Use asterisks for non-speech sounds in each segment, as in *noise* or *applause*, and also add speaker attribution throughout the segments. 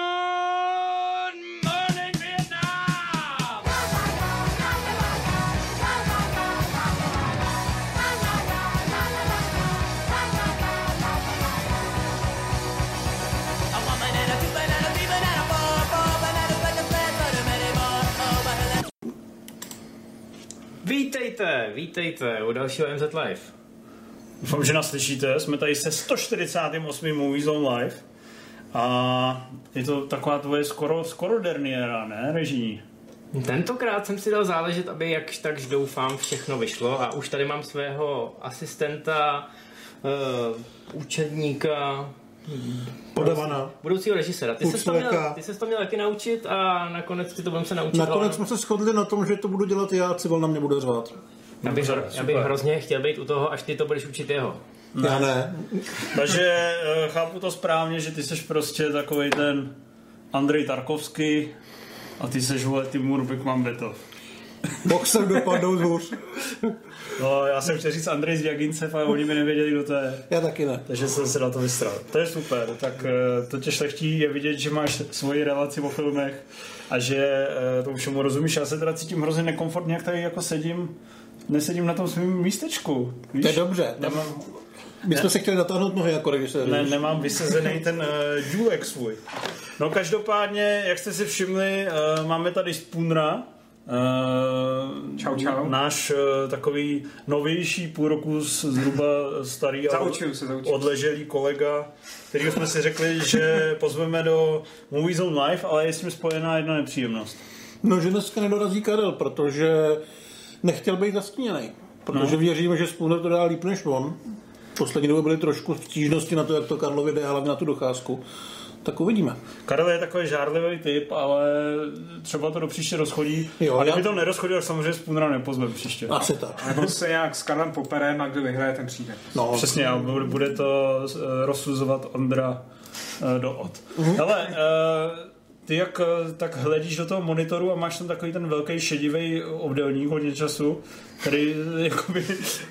Speaker 1: Good morning, Vietnam!
Speaker 2: A one banana, two banana, three banana, four, four banana, but the fat butter, many more, oh, butter, that's
Speaker 3: Vítejte, vítejte u dalšího MZ Live.
Speaker 4: Doufám, že nás slyšíte. Jsme tady se 148. Movies on Live. A je to taková tvoje skoro, skoro derniéra, ne, režijní?
Speaker 3: Tentokrát jsem si dal záležet, aby jakž takž doufám všechno vyšlo a už tady mám svého asistenta, uh, učedníka,
Speaker 5: Podavaná.
Speaker 3: budoucího režisera. Ty se to měl,
Speaker 5: Pucleka.
Speaker 3: ty ses to měl taky naučit a nakonec ti to budeme se naučit.
Speaker 5: Nakonec
Speaker 3: ale-
Speaker 5: jsme se shodli na tom, že to budu dělat já, Civil na mě bude řvát.
Speaker 3: já, bych,
Speaker 4: Dobře,
Speaker 3: já bych
Speaker 4: super.
Speaker 3: hrozně chtěl být u toho, až ty to budeš učit jeho.
Speaker 5: Já ne.
Speaker 4: Takže eh, chápu to správně, že ty jsi prostě takový ten Andrej Tarkovský a ty seš vole Timur Bekmambetov.
Speaker 5: Boxer dopadnou dvůř.
Speaker 4: No, já jsem chtěl říct Andrej z Jagincev, ale oni mi nevěděli, kdo to je.
Speaker 5: Já taky ne.
Speaker 4: Takže jsem se na to vystral. To je super, tak eh, to tě šlechtí je vidět, že máš svoji relaci o filmech a že eh, tomu všemu rozumíš. Já se teda cítím hrozně nekomfortně, jak tady jako sedím, nesedím na tom svém místečku. Víš?
Speaker 5: To je dobře.
Speaker 4: Nemám,
Speaker 5: My jsme se chtěli natáhnout nohy jako režisér.
Speaker 4: ne, nemám vysezený ten uh, důlek svůj. No každopádně, jak jste si všimli, uh, máme tady Spunra. Uh,
Speaker 6: Čau, čau.
Speaker 4: Náš uh, takový novější půl roku s- zhruba starý a
Speaker 6: Zaučuju se, zaučuju se.
Speaker 4: odleželý kolega, kterýho jsme si řekli, že pozveme do Movies on Life, ale je s tím spojená jedna nepříjemnost.
Speaker 5: No, že dneska nedorazí Karel, protože nechtěl být zastíněný. Protože no. věříme, že Spooner to dá líp než on. Poslední dobou byly trošku stížnosti na to, jak to Karlovi jde, hlavně na tu docházku. Tak uvidíme.
Speaker 4: Karel je takový žárlivý typ, ale třeba to do příště rozchodí.
Speaker 5: Jo,
Speaker 4: a kdyby
Speaker 5: já-
Speaker 4: to nerozchodil, tak samozřejmě Spunra nepozveme příště.
Speaker 5: Asi tak.
Speaker 6: Nebo se nějak s Karlem poperem a kdo vyhraje, ten přijde.
Speaker 5: No,
Speaker 4: Přesně, a bude- bude to eh, rozsuzovat Ondra eh, do od. Ale ty jak eh, tak hledíš do toho monitoru a máš tam takový ten velký šedivý obdelník hodně času, který eh, jakoby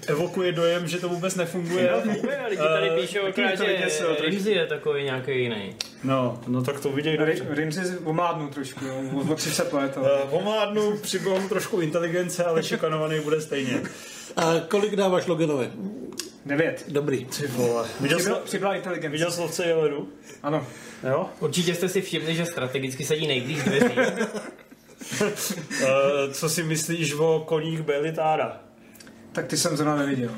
Speaker 4: evokuje dojem, že to vůbec nefunguje. *laughs*
Speaker 3: Funguje, *laughs* lidi tady
Speaker 4: Eh,
Speaker 3: píšou,
Speaker 6: taky
Speaker 3: akorát,
Speaker 6: mě to
Speaker 3: že
Speaker 6: vyděsilo trošku.
Speaker 3: Rimzi je takový nějaký jiný.
Speaker 4: No, no tak to viděj dobře.
Speaker 6: Ry- Rimzi omládnu trošku, jo, o- o 30 let, ale...
Speaker 4: Eh, Omládnu, přibohnu trošku inteligence, *laughs* ale šikanovaný bude stejně.
Speaker 5: a kolik dáváš Loginovi?
Speaker 6: 9.
Speaker 5: Dobrý.
Speaker 4: Ty vole. Viděl jsi,
Speaker 6: Přibyla inteligence.
Speaker 4: viděl jsi lovce Jeleru?
Speaker 6: Ano.
Speaker 4: Jo?
Speaker 3: Určitě jste si všimli, že strategicky sedí nejblíž dveří.
Speaker 4: Eh, co si myslíš o koních Belitára?
Speaker 6: Tak ty jsem zrovna neviděl.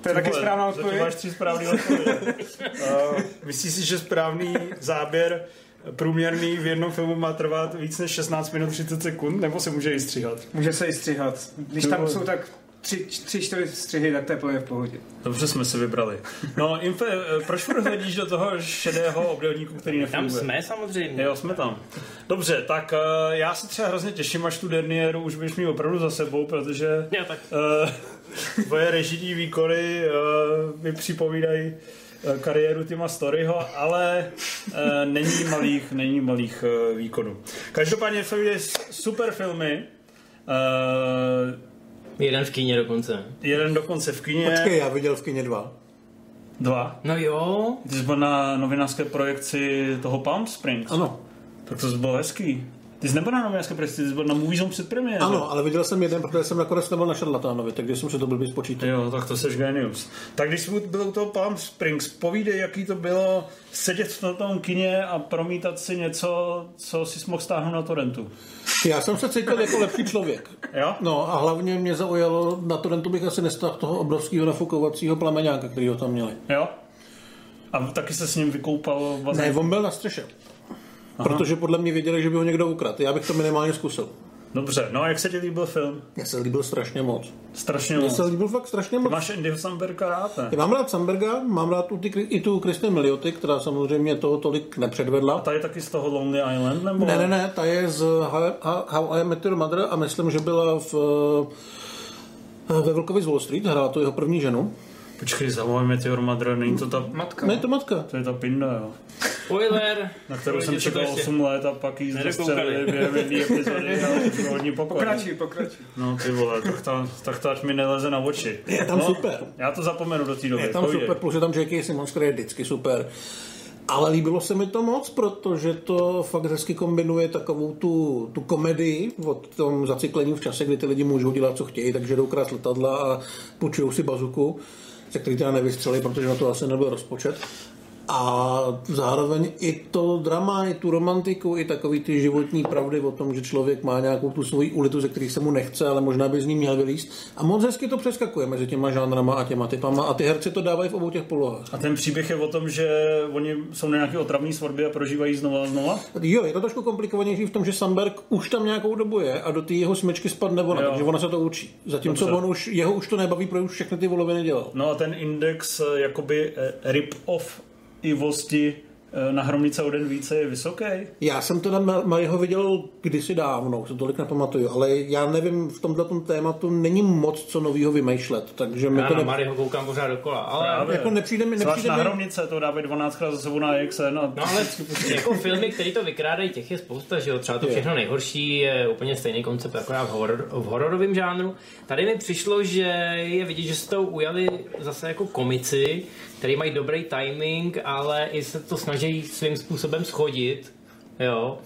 Speaker 6: To je taky
Speaker 4: Vole,
Speaker 6: správná
Speaker 4: zatím Máš
Speaker 6: odpověď.
Speaker 4: tři správné odpovědi. *laughs* uh, myslíš si, že správný záběr průměrný v jednom filmu má trvat víc než 16 minut 30 sekund, nebo se může i stříhat?
Speaker 6: Může se i stříhat. Když tam jsou tak tři, tři, čtyři střihy, tak to je plně v pohodě.
Speaker 4: Dobře jsme si vybrali. No, Infe, eh, proč furt hledíš do toho šedého obdelníku, který
Speaker 3: Tam
Speaker 4: nefunguje?
Speaker 3: jsme samozřejmě.
Speaker 4: Jo, jsme tam. Dobře, tak eh, já se třeba hrozně těším, až tu derniéru už budeš mít opravdu za sebou, protože
Speaker 3: Jo, tak.
Speaker 4: eh, *laughs* tvoje režijní výkony eh, mi připomínají eh, kariéru Tima Storyho, ale eh, není malých, není malých eh, výkonů. Každopádně jsou jde super filmy, eh,
Speaker 3: Jeden v kíně dokonce.
Speaker 4: jeden dokonce v kině,
Speaker 5: Počkej, já viděl v kyně dva.
Speaker 4: dva.
Speaker 3: No jo,
Speaker 4: Ty jsi byl na novinářské projekci toho Palm Springs.
Speaker 5: Ano,
Speaker 4: Tak to bylo hezký. Ty jsi nebyl na novinářské projekci, ty jsi byl na Movie Zone před premiérou.
Speaker 5: ano, ale viděl jsem jeden, protože jsem nakonec nebyl na šarlatánovi, takže jsem se to blbě spočítal.
Speaker 4: Jo, tak to seš genius. Tak když jsi byl u toho Palm Springs, povídej, jaký to bylo sedět v tom- tom kině a promítat si něco, co si mohl stáhnout na torrentu.
Speaker 5: Já jsem se cítil jako lepší člověk.
Speaker 4: Jo?
Speaker 5: No a hlavně mě zaujalo, na torrentu bych asi nestáhl toho obrovského nafukovacího plameňáka, který ho tam měli.
Speaker 4: Jo? A taky se s ním vykoupal vlastně.
Speaker 5: Ne, on byl na střeše. Aha. Protože podle mě věděli, že by ho někdo ukradl. Já bych to minimálně zkusil.
Speaker 4: Dobře, no a jak se ti líbil film?
Speaker 5: Mně se líbil strašně moc.
Speaker 4: Strašně
Speaker 5: Mně
Speaker 4: moc.
Speaker 5: se líbil fakt strašně moc.
Speaker 4: Máš Andyho Samberka ráte.
Speaker 5: Já mám rád Samberga, mám rád tu, ty, i tu Kristen Milioty, která samozřejmě toho tolik nepředvedla.
Speaker 4: Ta je taky z toho Lonely Island, nebo?
Speaker 5: Ne, ne, ne, ta je z How- How- How I Met Your Mother a myslím, že byla v, eh, ve Vlkovi z Wall Street, hrála to jeho první ženu.
Speaker 4: Počkej, zavolujeme ty Madre, není to ta...
Speaker 6: Matka.
Speaker 5: Ne, je to matka.
Speaker 4: To je ta pinda, jo.
Speaker 3: spoiler.
Speaker 4: Na kterou
Speaker 3: Lidi,
Speaker 4: jsem
Speaker 3: co to
Speaker 4: čekal
Speaker 3: ještě-
Speaker 4: 8 let a pak jí
Speaker 3: Nedokoukali.
Speaker 4: zastřelili během jedné epizody a už bylo hodně pokoj.
Speaker 6: Pokračuj, pokračuj.
Speaker 4: No ty vole, tak, ta, tak to ať mi neleze na oči.
Speaker 5: Je tam
Speaker 4: no,
Speaker 5: super.
Speaker 4: Já to zapomenu do té doby.
Speaker 5: Je tam
Speaker 4: povídej.
Speaker 5: super, plus je tam J.K. Simmons, který je vždycky super. Ale líbilo se mi to moc, protože to fakt hezky kombinuje takovou tu, tu komedii od tom zacyklení v čase, kdy ty lidi můžou dělat, co chtějí, takže jdou krát letadla a půjčují si bazuku, se který teda nevystřeli, protože na to asi nebyl rozpočet. A zároveň i to drama, i tu romantiku, i takový ty životní pravdy o tom, že člověk má nějakou tu svoji ulitu, ze kterých se mu nechce, ale možná by z ní měl vylíst. A moc hezky to přeskakuje mezi těma žánrama a těma typama a ty herci to dávají v obou těch polohách.
Speaker 4: A ten příběh je o tom, že oni jsou na nějaké otravné svatbě a prožívají znova a znova?
Speaker 5: Jo, je to trošku komplikovanější v tom, že Samberg už tam nějakou dobu je a do té jeho smyčky spadne ona,
Speaker 4: Jo.
Speaker 5: takže ona se to učí. Zatímco
Speaker 4: Dobře.
Speaker 5: on už, jeho už to nebaví, protože už všechny ty voloviny dělal.
Speaker 4: No a ten index eh, jakoby eh, rip-off ivosti eh, na hromnice o den více je vysoký.
Speaker 5: Já jsem teda Ma- Mariho viděl kdysi dávno, už se tolik nepamatuju, ale já nevím, v tomhle tématu není moc co nového vymýšlet, takže mi
Speaker 3: Já
Speaker 5: No, to
Speaker 3: na
Speaker 5: ne...
Speaker 3: Mariho koukám pořád dokola, ale...
Speaker 4: Právě.
Speaker 5: jako nepřijde mi-
Speaker 4: Zvlášť
Speaker 5: nepřijde
Speaker 4: na
Speaker 5: mi-
Speaker 4: hromnice, to dávají 12 krát za sebou na XN a
Speaker 3: No ale jako filmy, které to vykrádají, těch je spousta, že jo, třeba to všechno nejhorší je úplně stejný koncept, akorát v, horor, v hororovém žánru. Tady mi přišlo, že je vidět, že se to ujali zase jako komici, který mají dobrý timing, ale i se to snaží svým způsobem schodit, jo.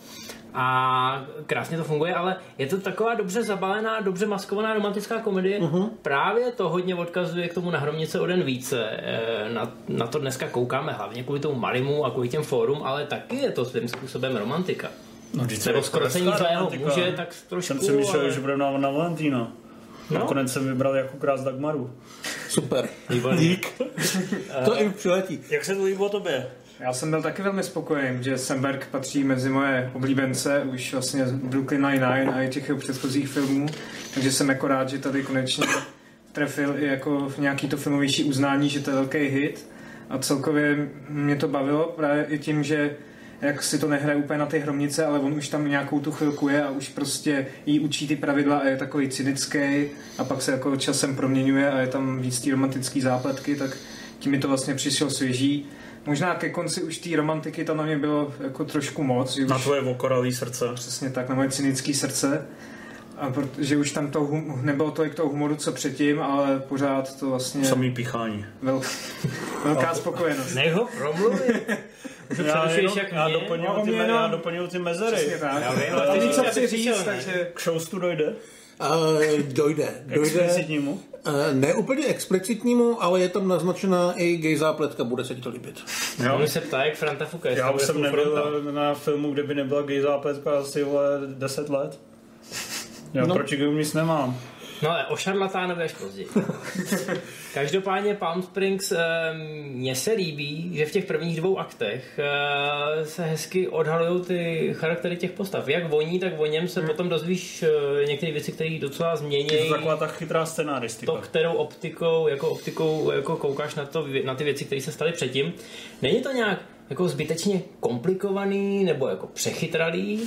Speaker 3: A krásně to funguje, ale je to taková dobře zabalená, dobře maskovaná romantická komedie.
Speaker 4: Mhm.
Speaker 3: Uh-huh. Právě to hodně odkazuje k tomu na hromnice o den více. Eh, Na, na to dneska koukáme hlavně kvůli tomu Marimu a kvůli těm fórum, ale taky je to svým způsobem romantika.
Speaker 4: No, vždyť
Speaker 3: Nebo
Speaker 4: je
Speaker 3: skoro
Speaker 4: hezká
Speaker 3: cení zlého
Speaker 4: romantika.
Speaker 3: muže, tak trošku,
Speaker 4: Jsem si myslel,
Speaker 3: ale-
Speaker 4: že budeme na, na Valentína. No. Nakonec jsem vybral jako krás Dagmaru.
Speaker 5: super.
Speaker 3: Výborně.
Speaker 5: Dík. to i přiletí.
Speaker 4: Jak se to líbilo tobě?
Speaker 6: Já jsem byl taky velmi spokojen, že Samberg patří mezi moje oblíbence už vlastně z Brooklyn Nine-Nine a i těch jeho předchozích filmů, takže jsem jako rád, že tady konečně trefil i jako v nějaký to filmovější uznání, že to je velký hit a celkově mě to bavilo právě i tím, že jak si to nehraje úplně na ty hromnice, ale on už tam nějakou tu chvilku je a už prostě jí učí ty pravidla a je takový cynický a pak se jako časem proměňuje a je tam víc ty romantický zápletky, tak tím mi to vlastně přišlo svěží. Možná ke konci už té romantiky tam na mě bylo jako trošku moc, že
Speaker 4: Na
Speaker 6: už
Speaker 4: tvoje okoralý srdce.
Speaker 6: přesně tak, na moje cynické srdce. A protože už tam to hum, nebylo tolik toho humoru, co předtím, ale pořád to vlastně
Speaker 4: Samý píchání.
Speaker 6: vel, velká spokojenost.
Speaker 3: Nech ho
Speaker 4: *laughs*
Speaker 3: promluvit.
Speaker 4: Já,
Speaker 3: přerušuješ
Speaker 4: jenom,
Speaker 3: jak
Speaker 4: já,
Speaker 3: mě?
Speaker 4: doplňuji
Speaker 6: No,
Speaker 4: ty,
Speaker 6: mě
Speaker 4: me-
Speaker 6: jenom-
Speaker 4: já doplňuji ty
Speaker 6: Přesně
Speaker 4: mezery.
Speaker 6: tak.
Speaker 3: Já vím, ale
Speaker 6: Ale
Speaker 3: ty
Speaker 6: víc,
Speaker 3: víš,
Speaker 6: co
Speaker 3: aby
Speaker 6: chci
Speaker 3: si
Speaker 6: říct,
Speaker 3: přišel, ne?
Speaker 6: takže
Speaker 4: K showstu dojde?
Speaker 5: Uh, dojde, dojde.
Speaker 4: Explicitnímu?
Speaker 5: Uh, ne úplně explicitnímu, ale je tam naznačená i gay zápletka, bude se ti to líbit.
Speaker 3: On se ptá, jak Franta Fuka. jestli
Speaker 4: Já
Speaker 3: tam
Speaker 4: už
Speaker 3: bude
Speaker 4: jsem
Speaker 3: full fronta.
Speaker 4: nebyl na filmu, kde by nebyla gay zápletka asi vole 10 let. Já no.
Speaker 5: No.
Speaker 4: proti gayům nic nemám.
Speaker 3: No ale o šarlatánovi až později. Každopádně Palm Springs eh, mně se líbí, že v těch prvních dvou aktech eh, se hezky odhalují ty charaktery těch postav. Jak voní, tak o něm se potom dozvíš eh, některé věci, které docela
Speaker 4: Je to
Speaker 3: změní
Speaker 4: taková ta chytrá
Speaker 3: to,
Speaker 4: scenáristika.
Speaker 3: kterou optikou, jako optikou jako koukáš na, to, na ty věci, které se staly předtím. Není to nějak jako zbytečně komplikovaný nebo jako přechytralý,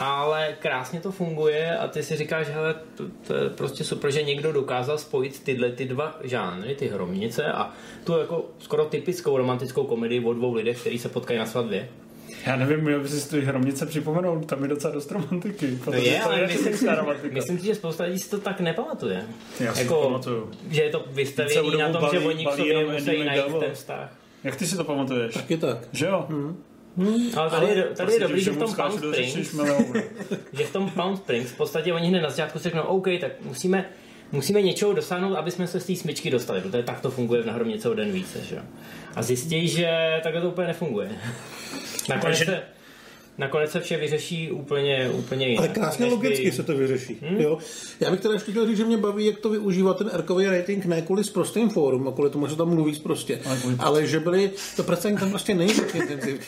Speaker 3: ale krásně to funguje a ty si říkáš, hele, to, to je prostě super, že někdo dokázal spojit tyhle ty dva žánry, ty hromnice a tu jako skoro typickou romantickou komedii o dvou lidech, který se potkají na svatbě.
Speaker 4: Já nevím, měl by si ty hromnice připomenout, tam je docela dost romantiky. protože
Speaker 3: No je,
Speaker 4: to
Speaker 3: ale
Speaker 4: je
Speaker 3: myslím-
Speaker 4: typická romantika.
Speaker 3: Myslím si, že spousta lidí si to tak nepamatuje. Jako,
Speaker 4: Já si to pamatuju.
Speaker 3: že je to
Speaker 4: Celou
Speaker 3: vystavěný
Speaker 4: dobu
Speaker 3: na tom, že
Speaker 4: balí-
Speaker 3: oni k
Speaker 4: balí
Speaker 3: sobě
Speaker 4: jenom
Speaker 3: musí
Speaker 4: Eddie
Speaker 3: najít
Speaker 4: McDowell.
Speaker 3: ten vztah.
Speaker 4: Jak ty si to pamatuješ?
Speaker 5: Je tak.
Speaker 4: Že jo? Hmm.
Speaker 3: Ale tady, je, tady
Speaker 4: prostě,
Speaker 3: je Mhm. dobrý, že v tom Palm Springs, že v tom Palm Springs v podstatě oni hned na začátku si řeknou, OK, tak musíme, musíme něčeho dosáhnout, aby jsme se z té smyčky dostali, protože tak to funguje v nahromnice o den více, že jo. A zjistí, že takhle to úplně nefunguje. *laughs* Nakonec,
Speaker 4: Takže-
Speaker 3: se, nakonec se vše vyřeší úplně, úplně jinak.
Speaker 5: Ale krásně
Speaker 3: než by-
Speaker 5: logicky se to vyřeší. Hmm? Jo? Já bych teda ještě chtěl říct, že mě baví, jak to využívá ten erkový rating ne kvůli prostým fórum, a kvůli tomu, že se tam mluví prostě, ale, ale že byli, to prostě tam prostě není tak intenzivní.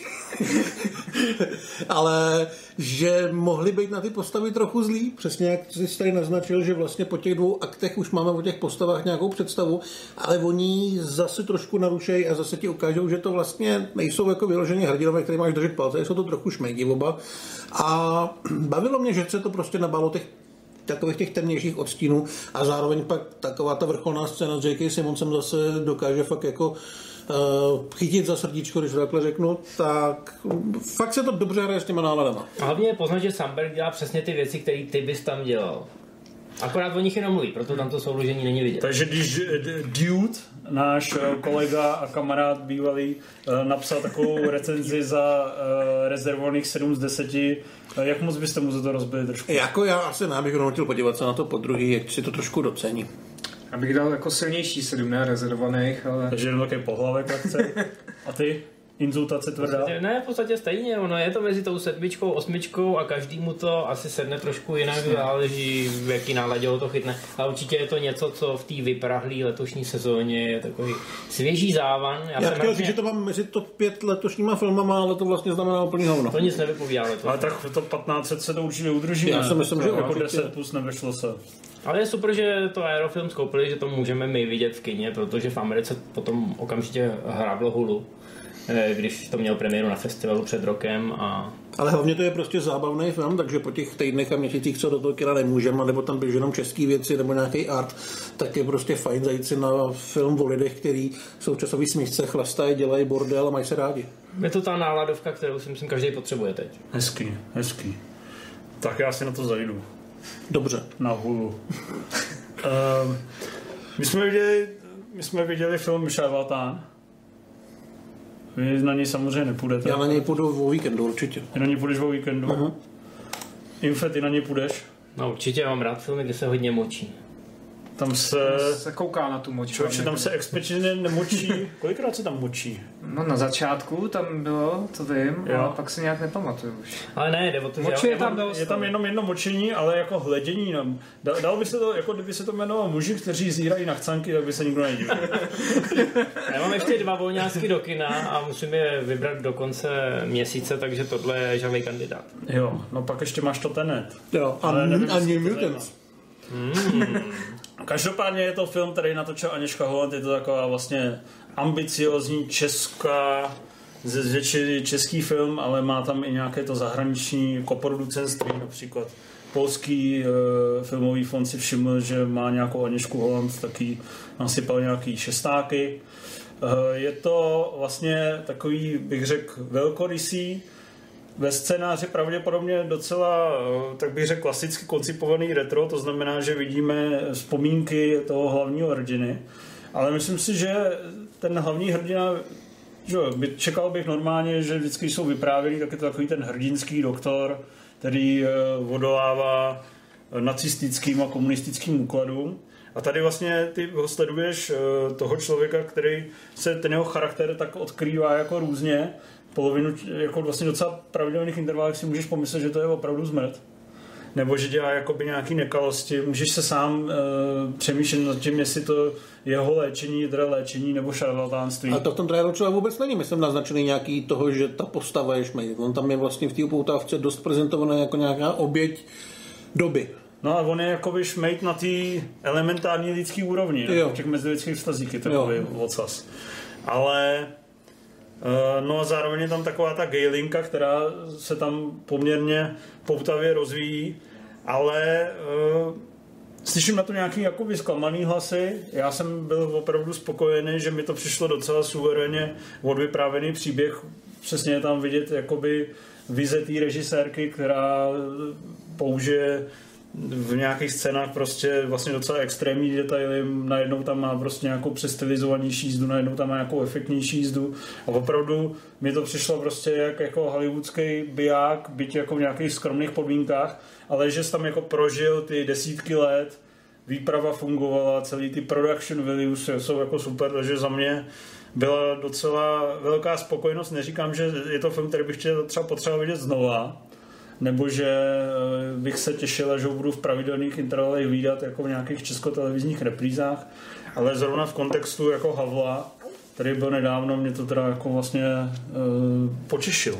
Speaker 5: *laughs* ale že mohli být na ty postavy trochu zlí, přesně jak jsi tady naznačil, že vlastně po těch dvou aktech už máme o těch postavách nějakou představu, ale oni zase trošku narušejí a zase ti ukážou, že to vlastně nejsou jako vyloženě hrdinové, které máš držet palce, jsou to trochu šmejdi oba. A *clears throat* bavilo mě, že se to prostě nabalo těch takových těch temnějších odstínů a zároveň pak taková ta vrcholná scéna s J.K. Simonsem zase dokáže fakt jako uh, chytit za srdíčko, když to takhle řeknu, tak mm, fakt se to dobře hraje s těma náladama.
Speaker 3: A hlavně je poznat, že Samberg dělá přesně ty věci, které ty bys tam dělal. Akorát o nich jenom mluví, proto tam to souložení není vidět.
Speaker 4: Takže když eh, d- dude náš eh, kolega a kamarád bývalý eh, napsal
Speaker 5: *laughs*
Speaker 4: takovou recenzi za eh, rezervovaných 7 z 10. Eh, Jak moc byste mu za to rozbili trošku?
Speaker 5: Jako já asi ne, bych jenom chtěl podívat se na to po druhý, jak si to trošku docení.
Speaker 6: Abych dal jako silnější sedm, ne rezervovaných, ale...
Speaker 4: Takže jenom takový pohlavek akce. A ty? Inzultace tvrdá?
Speaker 3: Ne, v podstatě stejně, ono je to mezi tou sedmičkou, osmičkou a každému to asi sedne trošku jinak, záleží v jaký náladě ho to chytne. Ale určitě je to něco, co v té vyprahlé letošní sezóně je takový svěží závan. Já,
Speaker 5: Já
Speaker 3: jsem vlastně-
Speaker 5: chtěl říct,
Speaker 3: hrozně,
Speaker 5: že to mám mezi top 5 letošníma filmama, ale to vlastně znamená úplný hovno.
Speaker 3: to nic nevypovídá letos.
Speaker 4: Ale tak to 1500 se to určitě udrží.
Speaker 5: Já
Speaker 4: ne?
Speaker 5: si myslím, že
Speaker 4: jako
Speaker 5: určitě.
Speaker 4: 10 plus nevyšlo se.
Speaker 3: Ale je super, že to Aerofilm skoupili, že to můžeme my vidět v kině, protože v Americe potom okamžitě hráblo hulu, eh, když to měl premiéru na festivalu před rokem a
Speaker 5: Ale hlavně to je prostě zábavný film, takže po těch týdnech a měsících, co do toho kina nemůžeme, nebo tam běží jenom české věci, nebo nějaký art, tak je prostě fajn zajít si na film o lidech, který jsou v časový smyčce, chlastají, dělají bordel a mají se rádi.
Speaker 3: je to ta náladovka, kterou si myslím každý potřebuje teď.
Speaker 4: Hezký, hezký. Tak já si na to zajdu.
Speaker 5: Dobře.
Speaker 4: Na
Speaker 5: *laughs*
Speaker 4: hulu. Ehm, my, jsme viděli, my jsme viděli film Šarlatán. Vy na něj samozřejmě nepůjdete.
Speaker 5: Já na něj půjdu o víkendu určitě.
Speaker 4: Ty na něj půjdeš o víkendu. Uh-huh. Infe, ty na něj půjdeš.
Speaker 3: No určitě já mám rád filmy, kde se hodně močí.
Speaker 4: Tam se...
Speaker 6: Se kouká na tu moč.
Speaker 4: Člověče, tam se expečně
Speaker 5: *laughs*
Speaker 4: nemočí. Kolikrát se tam močí?
Speaker 6: No na začátku tam bylo, to vím,
Speaker 4: Jo.
Speaker 6: jo. ale pak se nějak nepamatuju už.
Speaker 3: Ale ne, jde o to, že já,
Speaker 6: Močuje
Speaker 3: já
Speaker 6: tam
Speaker 3: mám,
Speaker 6: dost.
Speaker 4: Je tam jenom jedno močení, ale jako hledění. Nám. Da- Dalo by se to, jako kdyby se to jmenovalo muži, kteří zírají na chcanky, tak by se nikdo
Speaker 5: *laughs*
Speaker 4: nedíval.
Speaker 3: já mám ještě dva volňásky do kina a musím je vybrat do konce měsíce, takže tohle je žavý kandidát.
Speaker 4: Jo, no pak ještě máš to tenet.
Speaker 5: Jo, a,
Speaker 4: Ale nevím,
Speaker 5: a
Speaker 4: jestli
Speaker 5: New
Speaker 4: to
Speaker 5: Mutants.
Speaker 4: Každopádně je to film, který natočila Aněška Holand, je to taková vlastně ambiciozní česká ze zvětšiny český film, ale má tam i nějaké to zahraniční koproducenství, například polský e, filmový fond si všiml, že má nějakou Aněšku Holand, taky nasypal nějaký šestáky. E, je to vlastně takový, bych řekl, velkorysý, ve scénáři pravděpodobně docela, eh, tak bych řekl, klasicky koncipovaný retro, to znamená, že vidíme vzpomínky toho hlavního hrdiny, ale myslím si, že ten hlavní hrdina, že jo, by, čekal bych normálně, že vždycky jsou vyprávěný, tak je to takový ten hrdinský doktor, který eh, odolává nacistickým a komunistickým úkladům. A tady vlastně ty ho sleduješ eh, toho člověka, který se ten jeho charakter tak odkrývá jako různě. Polovinu, jako vlastně docela pravidelných intervalech si můžeš pomyslet, že to je opravdu smrt. Nebo že dělá jakoby nějaký nekalosti. Můžeš se sám e, přemýšlet nad tím, jestli to jeho léčení je teda léčení nebo šarlatánství.
Speaker 5: A to v tom traileru třeba vůbec není. Myslím naznačený nějaký toho, že ta postava je šmej. On tam je vlastně v té upoutávce dost prezentovaný jako nějaká oběť doby.
Speaker 4: No a on je jakoby šmejt na té elementární lidské úrovni,
Speaker 5: Jo.
Speaker 4: jo. těch mezilidských vztazích je takový
Speaker 5: Jo.
Speaker 4: ocas. Ale eh, no a zároveň je tam taková ta gaylinka, která se tam poměrně poutavě rozvíjí, ale eh, Slyším na to nějaký jako vysklamaný hlasy. Já jsem byl opravdu spokojený, že mi to přišlo docela suverénně odvyprávěný příběh. Přesně je tam vidět jakoby vize té režisérky, která použije v nějakých scénách prostě vlastně docela extrémní detaily, najednou tam má prostě nějakou přestylizovanější jízdu, najednou tam má nějakou efektnější jízdu a opravdu mi to přišlo prostě jak jako hollywoodský biják, byť jako v nějakých skromných podmínkách, ale že jsi tam jako prožil ty desítky let, výprava fungovala, celý ty production values jsou jako super, takže za mě byla docela velká spokojenost. Neříkám, že je to film, který bych chtěl třeba potřeba vidět znova, nebo že eh, bych se těšil, že ho budu v pravidelných intervalech výdat jako v nějakých českotelevizních reprízách, ale zrovna v kontextu jako Havla, který byl nedávno, mě to teda jako vlastně uh, potěšilo.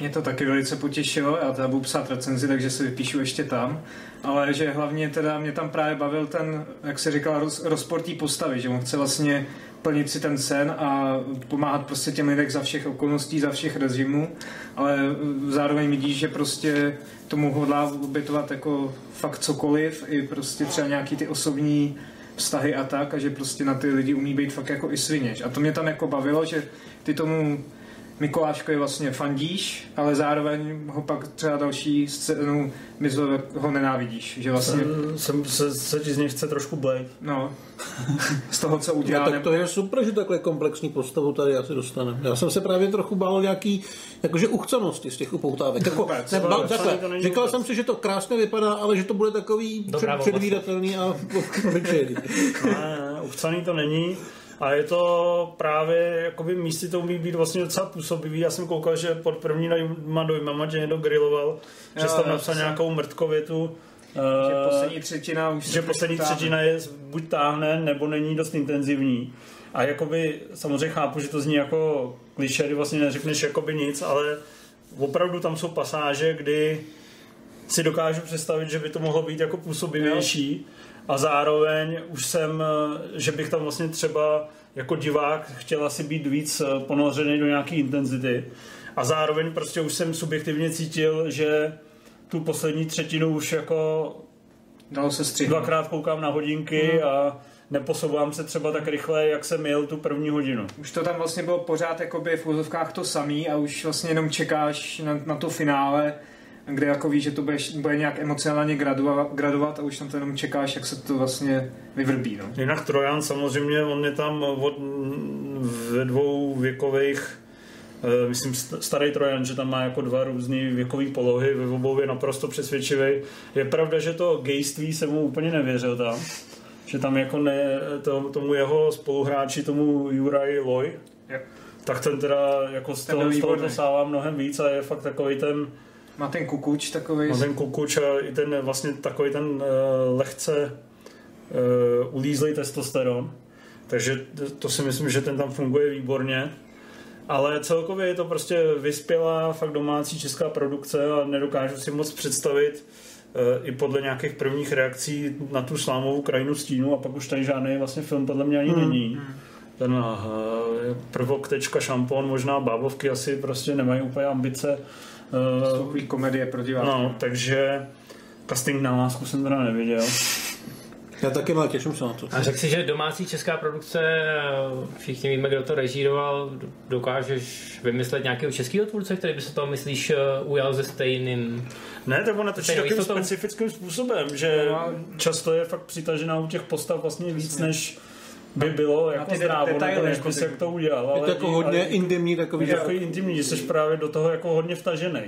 Speaker 6: Mě to taky velice potěšilo, já teda budu psát recenzi, takže se vypíšu ještě tam. Ale že hlavně teda mě tam právě bavil ten, jak se říkala, roz, rozpor té postavy, že on chce vlastně plnit si ten sen a pomáhat prostě těm lidem za všech okolností, za všech režimů, ale eh, zároveň vidíš, že prostě tomu hodlá obětovat jako fakt cokoliv, i prostě třeba nějaký ty osobní vztahy a tak, a že prostě na ty lidi umí být fakt jako i sviněž. A to mě tam jako bavilo, že ty tomu Mikuláškovi vlastně fandíš, ale zároveň ho pak třeba další scénu mysl ho nenávidíš, že vlastně,
Speaker 4: Jsem, se, se ti z něj chce trošku blej.
Speaker 6: no, *laughs* z toho, co
Speaker 5: Já,
Speaker 6: udělal,
Speaker 5: tak to je super, že takhle komplexní postavu tady asi dostaneme. Já jsem se právě trochu bál nějaký jakože uchcanosti z těch upoutávek. Jako,
Speaker 6: Vůbec,
Speaker 5: ne, bál,
Speaker 4: vůbec,
Speaker 5: takhle,
Speaker 4: to není
Speaker 5: říkal
Speaker 4: vůbec.
Speaker 5: jsem si, že to krásně vypadá, ale že to bude takový
Speaker 3: Dobrá
Speaker 5: před-
Speaker 3: volba.
Speaker 5: předvídatelný a obyčejný.
Speaker 4: Ne, ne, uchcaný to není. A je to právě, jakoby místy to umí být vlastně docela působivý. Já jsem koukal, že pod prvníma dojmama, že někdo griloval, že
Speaker 6: Jo,
Speaker 4: jsi tam
Speaker 6: jo,
Speaker 4: napsal
Speaker 6: jsem-
Speaker 4: nějakou mrtkovětu.
Speaker 6: že
Speaker 4: eh,
Speaker 6: poslední třetina už prostě
Speaker 4: že poslední třetina je buď táhne, nebo není dost intenzivní. A jakoby, samozřejmě chápu, že to zní jako kliše, kdy vlastně neřekneš jakoby nic, ale opravdu tam jsou pasáže, kdy si dokážu představit, že by to mohlo být jako působivější a zároveň už jsem, eh, že bych tam vlastně třeba jako divák chtěl asi být víc eh, ponořený do nějaké intenzity a zároveň prostě už jsem subjektivně cítil, že tu poslední třetinu už jako
Speaker 6: dalo se střihnout.
Speaker 4: dvakrát koukám na hodinky a neposouvám se třeba tak rychle, jak jsem jel tu první hodinu.
Speaker 6: Už to tam vlastně bylo pořád jakoby v úzovkách to samý a už vlastně jenom čekáš na, na to finále, kde jako víš, že to budeš, bude nějak emocionálně gradovat, gradovat a už tam to jenom čekáš, jak se to vlastně vyvrbí, no.
Speaker 4: Jinak Trojan samozřejmě, on je tam od, ve dvou věkových eh, myslím st- starý Trojan, že tam má jako dva různé věkové polohy, ve obou je naprosto přesvědčivý. Je pravda, že to gejství jsem mu úplně nevěřil tam, že tam jako ne, to, tomu jeho spoluhráči, tomu Juraj Loj,
Speaker 6: Jo.
Speaker 4: tak ten teda jako z
Speaker 6: Ten
Speaker 4: toho,
Speaker 6: byl
Speaker 4: z toho
Speaker 6: výborný.
Speaker 4: dosává mnohem víc a je fakt takový ten,
Speaker 6: Má ten kukuč takový.
Speaker 4: A ten kukuč a i ten vlastně takový ten uh, lehce uh, ulízlý testosteron. Takže t- to si myslím, že ten tam funguje výborně. Ale celkově je to prostě vyspělá, fakt domácí česká produkce a nedokážu si moc představit eh, i podle nějakých prvních reakcí na tu slámovou krajinu stínu a pak už tady žádný vlastně film podle mě ani není. Ten eh, prvok tečka šampon, možná bábovky asi prostě nemají úplně ambice eh,
Speaker 6: Takový komedie pro diváky.
Speaker 4: No, takže casting na lásku jsem teda neviděl.
Speaker 5: Já taky, ale těším se na to.
Speaker 3: A řekl si, že domácí česká produkce, všichni víme, kdo to režíroval, dokážeš vymyslet nějakého českého tvůrce, který by se toho, myslíš, ujal ze stejným
Speaker 4: Ne, tak ona točí
Speaker 3: Stejnou
Speaker 4: takovým
Speaker 3: jistotou.
Speaker 4: specifickým způsobem, že
Speaker 6: No a-
Speaker 4: často je fakt přitažená u těch postav vlastně víc, než by bylo jako
Speaker 6: ty de-
Speaker 4: zdrávo,
Speaker 6: detaily,
Speaker 4: nebo než
Speaker 6: jako
Speaker 4: bys
Speaker 6: ty-
Speaker 4: jak to udělal.
Speaker 5: Je
Speaker 4: Ale
Speaker 5: to jako
Speaker 4: ale-
Speaker 5: hodně intimní takový,
Speaker 4: je jako
Speaker 5: že
Speaker 4: takový intimní, že jsi právě do toho jako hodně vtažený.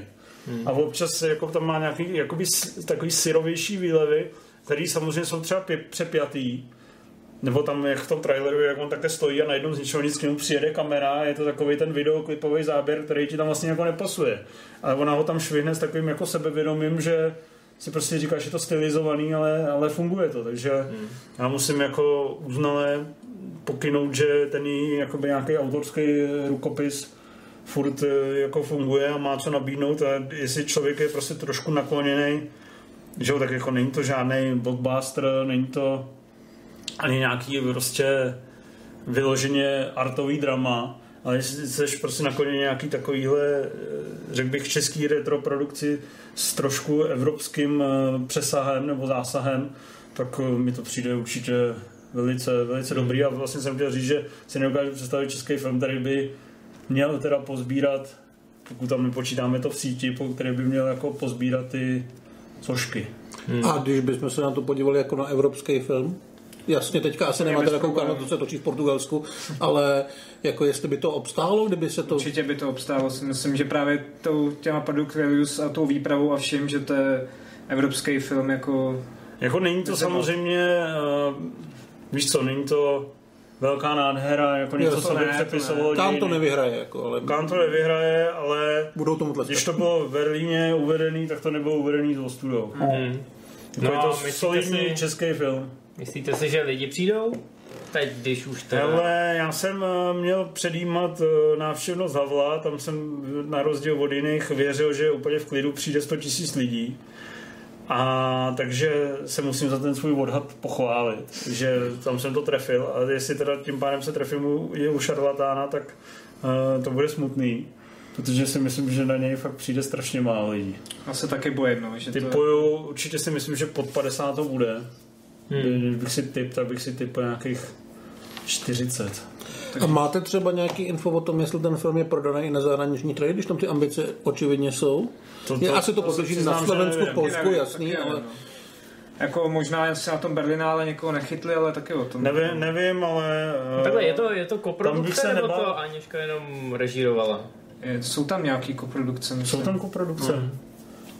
Speaker 4: Hmm. A občas jako tam má nějaký jakoby, s- takový syrovější výlevy, které samozřejmě jsou třeba pě- přepjatý. Nebo tam, jak v tom traileru, jak on také stojí a najednou z ničeho nic k němu přijede kamera a je to takový ten videoklipový záběr, který ti tam vlastně jako nepasuje. Ale ona ho tam švihne s takovým jako sebevědomím, že si prostě říkáš, že je to stylizovaný, ale, ale funguje to, takže hmm. já musím jako uznale pokynout, že ten její jakoby nějaký autorský rukopis furt eh, jako funguje a má co nabídnout a jestli člověk je prostě trošku nakloněný, že jo, tak jako není to žádný blockbuster, není to ani nějaký prostě vyloženě artový drama, ale jestli jsi prostě nakloněný nějaký takovýhle, eh, řekl bych, český retro produkci s trošku evropským eh, přesahem nebo zásahem, tak eh, mi to přijde určitě velice, velice dobrý a vlastně jsem chtěl říct, že si nedokážu představit český film, který by měl teda pozbírat, pokud tam nepočítáme to v síti, po- který by měl jako pozbírat ty sošky.
Speaker 5: A když bychom se na to podívali jako na evropský film, Jasně, teďka asi nemáte takovou koukat na to, co se točí v Portugalsku, ale jako jestli by to obstálo, kdyby se to...
Speaker 6: Určitě by to obstálo, si myslím, že právě tou, těma product values a tou výpravou a vším, že to je evropský film jako
Speaker 4: Jako není to samozřejmě, uh, víš co, není to velká nádhera, jako něco,
Speaker 5: to
Speaker 4: co by
Speaker 6: ne, to ne.
Speaker 4: přepisovalo
Speaker 5: Tam to
Speaker 4: dějiny.
Speaker 5: nevyhraje, jako, ale
Speaker 4: Kán to nevyhraje, ale
Speaker 5: budou tomu
Speaker 4: když
Speaker 5: tleskat.
Speaker 4: to bylo v Berlíně uvedený, tak to nebylo uvedený s ostudou.
Speaker 3: No
Speaker 4: Jako je
Speaker 3: a
Speaker 4: to
Speaker 3: myslíte
Speaker 4: solidní
Speaker 3: si-
Speaker 4: český film.
Speaker 3: Myslíte si, že lidi přijdou? Teď, když už teda...
Speaker 4: Ale já jsem eh, měl předjímat eh, návštěvnost Havla, tam jsem eh, na rozdíl od jiných věřil, že úplně v klidu přijde 100 tisíc lidí. A takže se musím za ten svůj odhad pochválit, že tam jsem to trefil. A jestli teda tím pádem se trefím u, je u šarlatána, tak eh, to bude smutný. Protože si myslím, že na něj fakt přijde strašně málo lidí.
Speaker 6: já se taky bojím, no, že to
Speaker 4: Typuju, určitě si myslím, že pod 50 to bude. Hmm. Kdybych si typ, tak bych si typl nějakých 40.
Speaker 5: A máte třeba nějaký info o tom, jestli ten film je prodaný i na zahraniční trhy, když tam ty ambice očividně jsou? To,
Speaker 4: To-
Speaker 5: to,
Speaker 4: to-
Speaker 5: je asi to,
Speaker 4: to se
Speaker 5: podrží
Speaker 4: přiznám,
Speaker 5: na
Speaker 4: že
Speaker 5: Slovensku,
Speaker 4: nevím.
Speaker 5: Polsku,
Speaker 6: Nevím,
Speaker 5: jasný,
Speaker 6: taky
Speaker 5: ale
Speaker 6: nevím, Jako možná se na tom Berlinále někoho nechytli, ale taky o tom.
Speaker 4: Nevím, nevím, ale... eh,
Speaker 3: No Takhle, je to, je to
Speaker 4: tam bych
Speaker 3: koprodukce,
Speaker 4: se
Speaker 3: nebo
Speaker 4: nebál.
Speaker 3: to Anička jenom režírovala?
Speaker 6: Je- Jsou tam nějaký koprodukce, myslím.
Speaker 4: Jsou tam koprodukce. Hmm.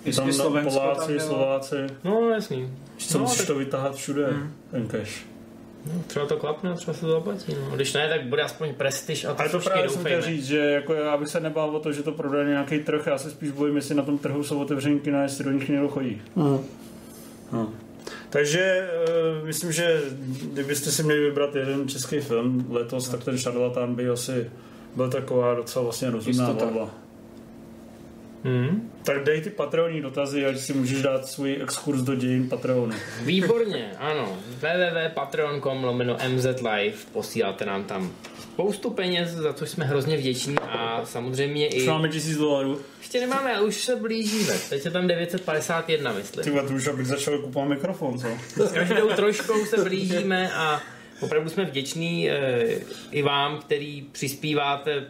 Speaker 6: Jestli
Speaker 4: Tam
Speaker 6: Slovensko tam
Speaker 4: Poláci,
Speaker 6: bylo.
Speaker 4: Slováci.
Speaker 3: No, jasný.
Speaker 4: Co
Speaker 3: No,
Speaker 4: musíš
Speaker 3: tak-
Speaker 4: to vytahat všude,
Speaker 3: Hmm.
Speaker 4: ten cash.
Speaker 3: Třeba to klapne, třeba se to zaplatí. No. Když ne, tak bude aspoň prestiž a
Speaker 4: Ale to
Speaker 3: trošku
Speaker 4: právě jsem
Speaker 3: doufejme.
Speaker 4: chtěl říct, že jako já bych se nebál o to, že to prodá nějaký trh, já se spíš bojím, jestli na tom trhu jsou otevřený kina, jestli do nich někdo chodí. No. Takže eh, myslím, že kdybyste si měli vybrat jeden český film letos, tak ten Šarlatán by asi byl taková docela vlastně rozumná
Speaker 6: Jistota.
Speaker 4: volba.
Speaker 3: Hmm.
Speaker 4: Tak dej ty patreonní dotazy, ať si můžeš dát svůj exkurs do dějin Patreonu.
Speaker 3: Výborně, ano. www.patreon.com lomeno mzlive. Posíláte nám tam spoustu peněz, za což jsme hrozně vděční a samozřejmě i...
Speaker 4: Už máme tisíc dolarů.
Speaker 3: Ještě nemáme, ale už se blížíme. Teď je tam 951,
Speaker 4: Ty
Speaker 3: myslím.
Speaker 4: vole, to už abych začal kupovat mikrofon, co?
Speaker 3: S každou troškou se blížíme a opravdu jsme vděční eh, i vám, který přispíváte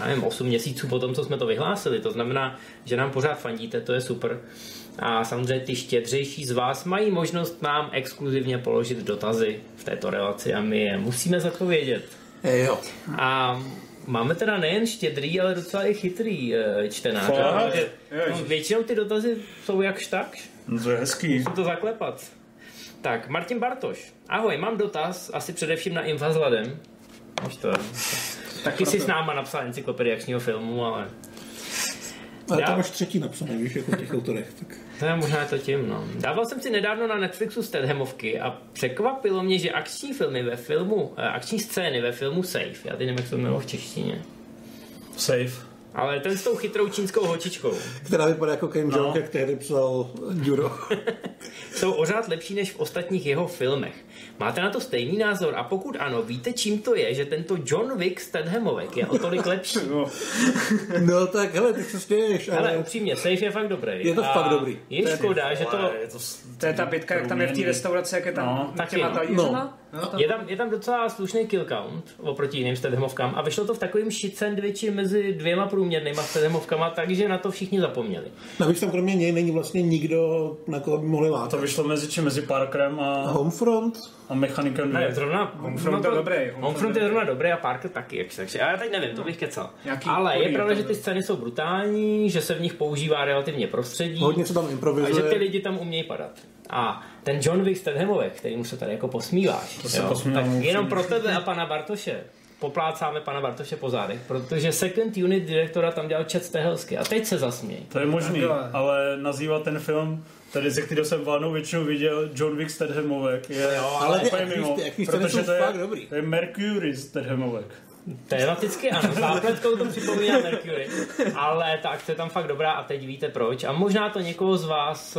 Speaker 3: já nevím, 8 měsíců po tom, co jsme to vyhlásili. To znamená, že nám pořád fandíte, to je super. A samozřejmě ty štědřejší z vás mají možnost nám exkluzivně položit dotazy v této relaci a my je musíme zapovědět.
Speaker 5: Eh, jo.
Speaker 3: A máme teda nejen štědrý, ale docela i chytrý eh, čtenář.
Speaker 4: Fakt?
Speaker 3: Takže, No, většinou ty dotazy jsou jakž tak,
Speaker 4: No to je hezký.
Speaker 3: Musím to zaklepat. Tak, Martin Bartoš. Ahoj, mám dotaz, asi především na Infa s Ladem. Už to je. Taky si s náma napsal encyklopedii akčního filmu, ale
Speaker 5: Ale
Speaker 3: Já-
Speaker 5: tam máš třetí napsané, víš, jako v těch autorech. Tak.
Speaker 3: to je možná to tím, no. Dával jsem si nedávno na Netflixu Stedhemovky a překvapilo mě, že akční filmy ve filmu, eh, akční scény ve filmu Safe, já teď nevím, jak se to jmenovalo v češtině,
Speaker 4: Safe.
Speaker 3: ale ten s tou chytrou čínskou hočičkou.
Speaker 5: Která vypadá jako Ken Jeong, jak tehdy psal Duro.
Speaker 3: jsou ořád lepší než v ostatních jeho filmech. Máte na to stejný názor a pokud ano, víte čím to je, že tento John Wick Stedhamovek je o tolik lepší.
Speaker 5: *laughs* No tak, hele, tak se směješ,
Speaker 3: Ale
Speaker 5: ale...
Speaker 3: upřímně, Safe je fakt dobrý.
Speaker 5: Je to fakt dobrý.
Speaker 3: Je škoda, že to...
Speaker 4: Ale je to...
Speaker 6: To je ta bitka, jak tam je v té restauraci, jak je tam
Speaker 4: No.
Speaker 6: no, těma
Speaker 3: Taky, no.
Speaker 6: talířema.
Speaker 3: Je tam, je tam docela slušný kill count oproti jiným Stedhamovkám a vyšlo to v takovém shit sandwichi mezi dvěma průměrnýma Stedhamovkama, takže na to všichni zapomněli.
Speaker 5: Navíc tam kromě něj není vlastně nikdo, na koho by mohli
Speaker 4: To
Speaker 5: látat.
Speaker 4: vyšlo mezi čím, mezi Parkerem a,
Speaker 5: Homefront?
Speaker 4: a Mechanikem 2.
Speaker 3: Ne, zrovna...
Speaker 6: Homefront
Speaker 3: no
Speaker 6: je dobrý,
Speaker 3: Homefront je zrovna dobrý a Parker taky, jak se- takže, ale teď nevím, to bych kecal.
Speaker 6: Nějaký
Speaker 3: ale je
Speaker 6: kurýr
Speaker 3: pravda,
Speaker 6: tam
Speaker 3: že ty
Speaker 6: byl.
Speaker 3: scény jsou brutální, že se v nich používá relativně prostředí.
Speaker 5: Hodně se tam
Speaker 3: A že ty
Speaker 5: improvizuje.
Speaker 3: lidi tam umějí padat. A ten John Wick Stedhamovek, který mu se tady jako posmíváš, to
Speaker 4: se posmívám
Speaker 3: tak
Speaker 4: upřímně.
Speaker 3: jenom pro tebe a pana Bartoše poplácáme pana Bartoše po zádech, protože second unit direktora tam dělal Čet Stehelsky a teď se zasměj.
Speaker 4: To je možný,
Speaker 6: Takhle.
Speaker 4: ale nazývat ten film, tedy ze kterého jsem vládnou většinou viděl, John Wick Stedhamovek, je jo,
Speaker 5: ale ty akční- ty akční scény jsou
Speaker 4: to je,
Speaker 5: fakt dobrý.
Speaker 4: to je Mercury Stedhamovek.
Speaker 3: Tematicky
Speaker 4: *laughs*
Speaker 3: ano, zápletkou to připomíná Mercury, ale ta akce je tam fakt dobrá a teď víte proč. A možná to někoho z vás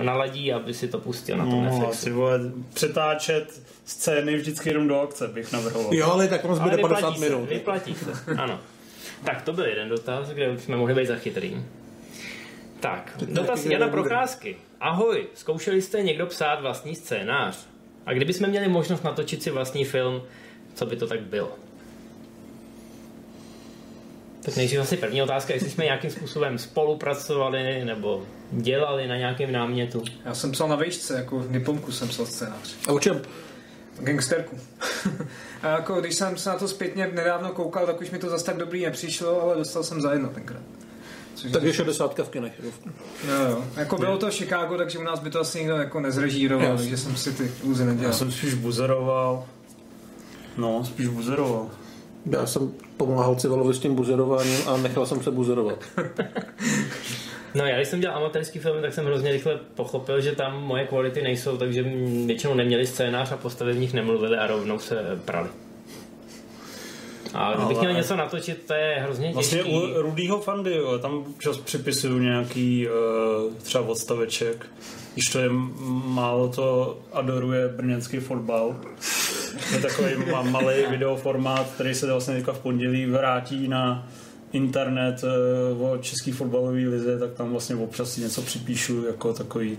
Speaker 3: eh, naladí, aby si to pustil na tom
Speaker 4: No,
Speaker 3: Netflixu.
Speaker 4: asi vole, přetáčet scény vždycky jenom do akce bych navrhoval.
Speaker 5: Jo, ale tak on
Speaker 3: Ale
Speaker 5: zbyde
Speaker 3: vyplatí
Speaker 5: 50
Speaker 3: se,
Speaker 5: minut.
Speaker 3: vyplatí se, ano. Tak to byl jeden dotaz, kde jsme mohli být zachytrý. Tak, dotaz
Speaker 5: taky
Speaker 3: Jana
Speaker 5: nebude.
Speaker 3: Procházky. Ahoj, zkoušeli jste někdo psát vlastní scénář? A kdybychom měli možnost natočit si vlastní film, co by to tak bylo? Tak nejdřív asi první otázka, jestli jsme nějakým způsobem spolupracovali nebo dělali na nějakém námětu.
Speaker 6: Já jsem psal na vejšce, jako v Nipomku jsem psal scénář.
Speaker 5: A o čem?
Speaker 6: Gangsterku. *laughs* a jako, když jsem se na to zpětně nedávno koukal, tak už mi to zas tak dobrý nepřišlo, ale dostal jsem za jedno tenkrát. Což
Speaker 5: Takže 60 v kinech. jo.
Speaker 6: Jo, jo. Jako bylo to Chicago, takže u nás by to asi nikdo jako nezrežíroval,
Speaker 5: Jasně.
Speaker 6: takže jsem si ty úzy
Speaker 4: Já
Speaker 6: nedělal.
Speaker 4: jsem spíš buzeroval. No, spíš buzeroval.
Speaker 5: Já jsem pomáhal Civalovi s tím buzerováním a nechal jsem se buzerovat.
Speaker 3: No já když jsem dělal amatérský film, tak jsem hrozně rychle pochopil, že tam moje kvality nejsou, takže m- většinou neměli scénář a postavy v nich nemluvili a rovnou se eh, prali. A kdybych
Speaker 4: Ale-
Speaker 3: měl něco natočit, to je hrozně
Speaker 4: Vlastně
Speaker 3: těžký.
Speaker 4: u Rudýho Fandy, jo, tam občas připisuju nějaký uh, třeba odstaveček, když to je m- málo to adoruje brněnský fotbal. To je takový ma- malý videoformát, který se vlastně teďka v pondělí vrátí na internet eh, o český fotbalový lize, tak tam vlastně občas si něco připíšu jako takový,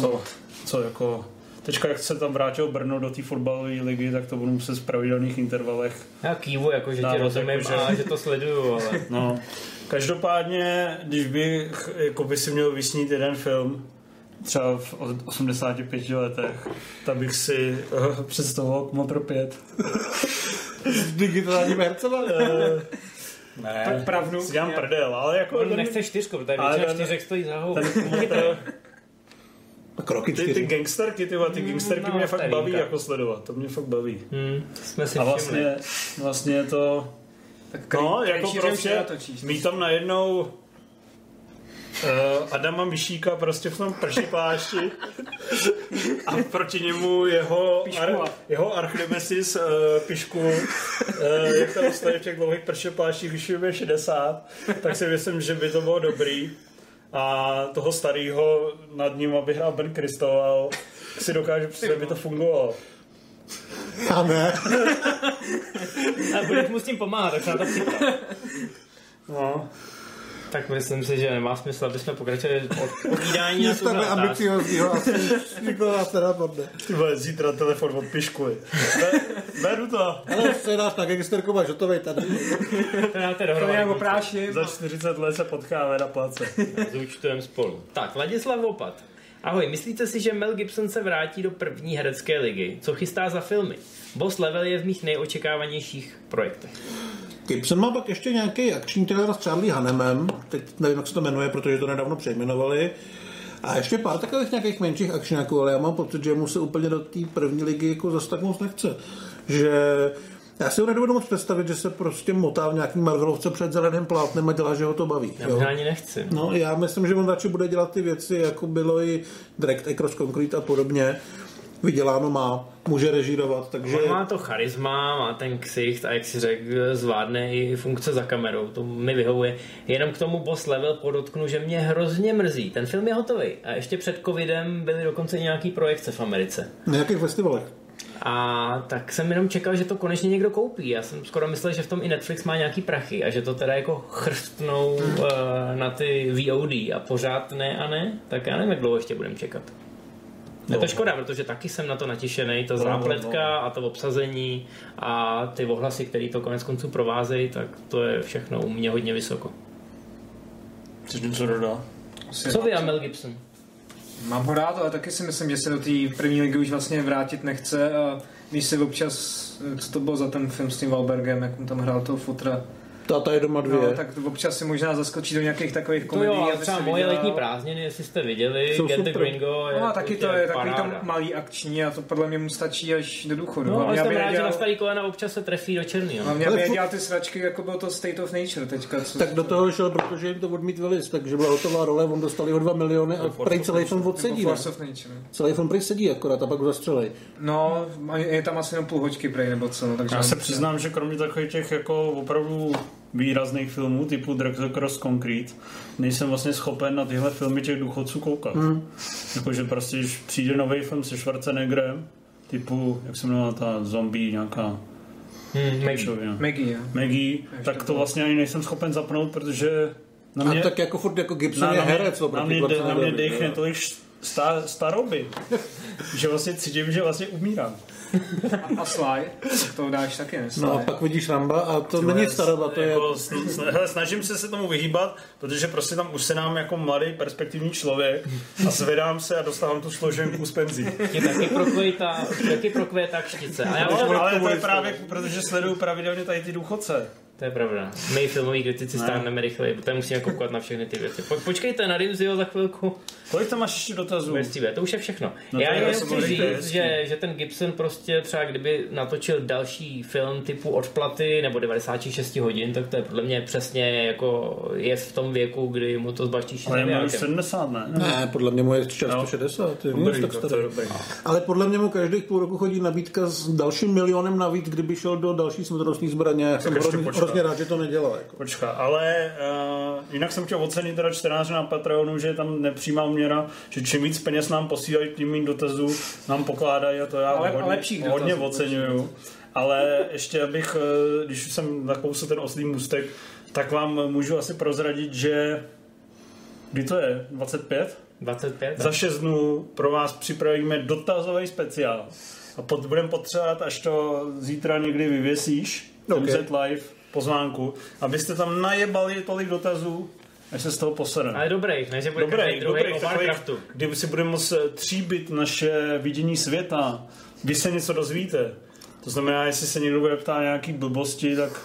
Speaker 4: co, co jako teďka jak se tam vrátil Brno do té fotbalové ligy, tak to budu muset v pravidelných intervalech.
Speaker 3: Já kývu, jako, že ti
Speaker 4: Dávno,
Speaker 3: rozumím
Speaker 4: jakože-
Speaker 3: a že to sleduju, ale...
Speaker 4: *laughs* No. Každopádně, když bych jako by si měl vysnít jeden film, třeba v o- 85 letech, tak bych si uh, představoval Kmotr 5.
Speaker 5: S digitálním No, hercema?
Speaker 4: Ne,
Speaker 6: Tak pravnu.
Speaker 4: Eh, si dělám prdel, ale jako...
Speaker 3: On nechce čtyřku, protože
Speaker 4: Ale
Speaker 3: většina
Speaker 4: ten-
Speaker 3: čtyřek stojí za hou.
Speaker 4: ten Kmotr,
Speaker 5: Kroky
Speaker 4: ty, ty
Speaker 5: čtyři.
Speaker 4: gangsterky, ty, vole,
Speaker 5: Hmm,
Speaker 4: ty gangsterky
Speaker 3: No,
Speaker 4: mě fakt
Speaker 3: starýnka.
Speaker 4: baví jako sledovat, to mě fakt baví.
Speaker 3: Hmm, jsme si
Speaker 4: A
Speaker 3: všimli.
Speaker 4: vlastně, vlastně je to...
Speaker 6: Tak
Speaker 4: No, jako
Speaker 6: krejčířem se
Speaker 4: prostě
Speaker 6: natočíš.
Speaker 4: mít tam najednou uh, Adama Mišíka prostě v tom pršiplášti a proti němu jeho, ar,
Speaker 6: Piškula.
Speaker 4: jeho archnemesis uh, Pišku, uh, jak tam stojí v těch dlouhých pršipláštích, když jim je 60, tak si myslím, že by to bylo dobrý. A toho starého nad ním, aby hrál Ben Kristoval, si dokáže představit, by to fungovalo.
Speaker 5: A ne.
Speaker 3: A budeš mu s tím pomáhat, tak se na to připrav.
Speaker 4: No.
Speaker 3: Tak myslím si, že nemá smysl, aby jsme
Speaker 4: *laughs*
Speaker 3: pokračovali od povídání na
Speaker 5: Nic
Speaker 3: tuhle
Speaker 5: takhle
Speaker 3: otázku.
Speaker 5: ambiciozního asi nikoho nás nenapadne.
Speaker 4: Ty vole, zítra telefon od Piškuly. Be- Beru to.
Speaker 5: Ale scénář na gangsterku máš hotovej tady.
Speaker 3: To dáte
Speaker 6: To jako
Speaker 3: dohromady.
Speaker 6: nějak opráším.
Speaker 4: Za 40 let se potkáme na place.
Speaker 3: Zúčtujeme spolu. Tak, Ladislav Vopat. Ahoj, myslíte si, že Mel Gibson se vrátí do první herecké ligy? Co chystá za filmy? Boss Level je v mých nejočekávanějších projektech.
Speaker 5: Gibson má pak ještě nějaký akční trailer s Charlie Hanemem, teď nevím, jak se to jmenuje, protože to nedávno přejmenovali. A ještě pár takových nějakých menších akčňáků, ale já mám pocit, že mu se úplně do té první ligy jako zas tak moc nechce. Že já si ho nedovedu moc představit, že se prostě motá v nějaký Marvelovce před zeleným plátnem a dělá, že ho to baví.
Speaker 3: Já
Speaker 5: jo.
Speaker 3: možná ani nechci.
Speaker 5: No, já myslím, že on radši bude dělat ty věci, jako bylo i Direct Across Concrete a podobně. Vyděláno má, může režírovat, takže...
Speaker 3: On má to charisma, má ten ksicht a jak si řekl, zvládne i funkce za kamerou, to mi vyhovuje. Jenom k tomu boss level podotknu, že mě hrozně mrzí. Ten film je hotový a ještě před covidem byly dokonce nějaký projekce v Americe.
Speaker 5: Na nějakých festivalech.
Speaker 3: A tak jsem jenom čekal, že to konečně někdo koupí. Já jsem skoro myslel, že v tom i Netflix má nějaký prachy a že to teda jako chrstnou
Speaker 6: Hmm.
Speaker 3: uh, na ty VOD a pořád ne a ne, tak já nevím, jak dlouho ještě budem čekat. Je
Speaker 6: No.
Speaker 3: to škoda, protože taky jsem na to natěšený, ta zápletka a to obsazení a ty ohlasy, které to konec konců provázejí, tak to je všechno u mě hodně vysoko.
Speaker 4: Chceš něco dodat?
Speaker 3: Co vy a Mel Gibson?
Speaker 6: Mám ho rád, ale taky si myslím, že se do té první ligy už vlastně vrátit nechce a když se občas, co to bylo za ten film s tím Valbergem, jak on tam hrál toho fotra,
Speaker 5: Táta je doma dvě.
Speaker 6: no, tak občas si možná zaskočí do nějakých takových
Speaker 3: To
Speaker 6: komedií.
Speaker 3: jo, ale
Speaker 6: aby
Speaker 3: třeba
Speaker 6: se
Speaker 3: moje
Speaker 6: vydělal.
Speaker 3: letní prázdniny, jestli jste viděli,
Speaker 5: Jsou
Speaker 3: Get the
Speaker 5: super.
Speaker 3: Gringo,
Speaker 6: No a taky
Speaker 4: prostě
Speaker 6: to je takový
Speaker 3: paráda.
Speaker 6: tam malý akční a to podle mě mu stačí až do důchodu.
Speaker 3: No, ale
Speaker 6: Hlavně,
Speaker 3: jsem
Speaker 5: vlastně
Speaker 6: aby
Speaker 3: rád, že
Speaker 6: nedělal-
Speaker 3: na starý kolena občas se trefí do černého.
Speaker 6: Hlavně,
Speaker 5: Ale
Speaker 6: aby
Speaker 5: furt-
Speaker 6: dělal ty sračky, jako bylo to State of Nature teďka. Co
Speaker 5: Tak do toho šel, protože jim to odmítli, takže byla hotová role, on dostal jeho 2 miliony a prej celý film
Speaker 6: Nebo
Speaker 5: odsedí. ne?
Speaker 6: Force of Nature.
Speaker 5: Celý film prej sedí akorát a pak ho zastřelej.
Speaker 6: No, a je tam asi jenom půl hoďky prej, nebo co, no, takže...
Speaker 4: Já se přiznám, že kromě takových těch jako opravdu výrazných filmů typu Drag Cross Concrete, nejsem vlastně schopen na tyhle filmy těch důchodců koukat. Hmm. Jakože prostě, když přijde nový film se Schwarzeneggerem, typu, jak se jmenovala ta zombie nějaká
Speaker 3: Hmm, maybe.
Speaker 4: člověna,
Speaker 6: Maggie, jo.
Speaker 4: Maggie, tak to vlastně ani nejsem schopen zapnout, protože na
Speaker 5: A
Speaker 4: mě,
Speaker 5: tak jako furt jako Gibson
Speaker 4: na,
Speaker 5: je
Speaker 4: na, mě,
Speaker 5: herec
Speaker 4: na,
Speaker 5: oproti
Speaker 4: mě, de, na mě
Speaker 5: Schwarzeneggerovi,
Speaker 4: dechne
Speaker 5: jo.
Speaker 4: tolik sta, staroby, že vlastně cítím, že vlastně umírám.
Speaker 6: A Sly, to dáš taky, ne? Sly.
Speaker 5: No a pak vidíš Ramba a to není staroba, to je...
Speaker 4: Jako, sn- sn- hele, snažím se se tomu vyhýbat, protože prostě tam už se nám jako mladý perspektivní člověk a zvedám se a dostávám tu složenku z penzí.
Speaker 3: Je taky prokvětá, taky prokvětá kštice. A já
Speaker 4: Ale,
Speaker 3: mám,
Speaker 4: ale to je právě, protože sleduju pravidelně tady ty důchodce.
Speaker 3: to je pravda. My filmoví kritici stárneme rychleji, protože musíme koukat na všechny ty věci. Po, počkejte na Rimziho za chvilku.
Speaker 4: Kolik tam máš ještě dotazů?
Speaker 3: Bez tebe. To už je všechno.
Speaker 4: No
Speaker 3: No
Speaker 4: to
Speaker 3: já
Speaker 4: je
Speaker 3: jenom
Speaker 4: hezký,
Speaker 3: chci
Speaker 4: to je
Speaker 3: říct,
Speaker 4: hezký.
Speaker 3: že, že ten Gibson prostě třeba kdyby natočil další film typu odplaty nebo 96 hodin, tak to je podle mě přesně jako je v tom věku, kdy mu to zbaštíš.
Speaker 4: Ale já
Speaker 3: tím
Speaker 4: mám už
Speaker 3: jakem.
Speaker 4: 70, ne?
Speaker 5: Ne, podle mě mu je 460, ty
Speaker 4: No. Dobrý,
Speaker 5: víš, tak
Speaker 4: to, to
Speaker 5: starý.
Speaker 4: je dobrý.
Speaker 5: Ale podle mě mu každých půl roku chodí nabídka s dalším milionem navíc, kdyby šel do další smrtelnostní zbraně. Já jsem
Speaker 4: ještě
Speaker 5: hrozně,
Speaker 4: počkat.
Speaker 5: hrozně rád, že to nedělá. Jako.
Speaker 4: Počka, ale uh, jinak jsem chtěl ocenit teda čtenáře na Patreonu, že je tam nepřímá měra, že čím víc peněz nám posílají, tím méně dotazů nám pokládají a to já
Speaker 6: Ale-
Speaker 4: hodně,
Speaker 6: lepších dotazů,
Speaker 4: hodně
Speaker 6: lepších
Speaker 4: oceňuju. Ale ještě abych, eh, když už jsem nakousl ten oslý můstek, tak vám můžu asi prozradit, že kdy to je? 25?
Speaker 3: 25.
Speaker 4: Za šest dnů pro vás připravíme dotazový speciál. A pod, budeme potřebovat, až to zítra někdy vyvěsíš, okay.
Speaker 5: Ok.
Speaker 4: MZ Live, pozvánku, abyste tam najebali tolik dotazů, až se z toho posedeme.
Speaker 3: Ale dobrý, ne, že bude
Speaker 4: Dobrý,
Speaker 3: každý druhý
Speaker 4: dobrý,
Speaker 3: o
Speaker 4: takový,
Speaker 3: Warcraftu.
Speaker 4: kdy si budeme moct eh, tříbit naše vidění světa, vy se něco dozvíte. To znamená, jestli se někdo bude ptát nějaký blbosti, tak...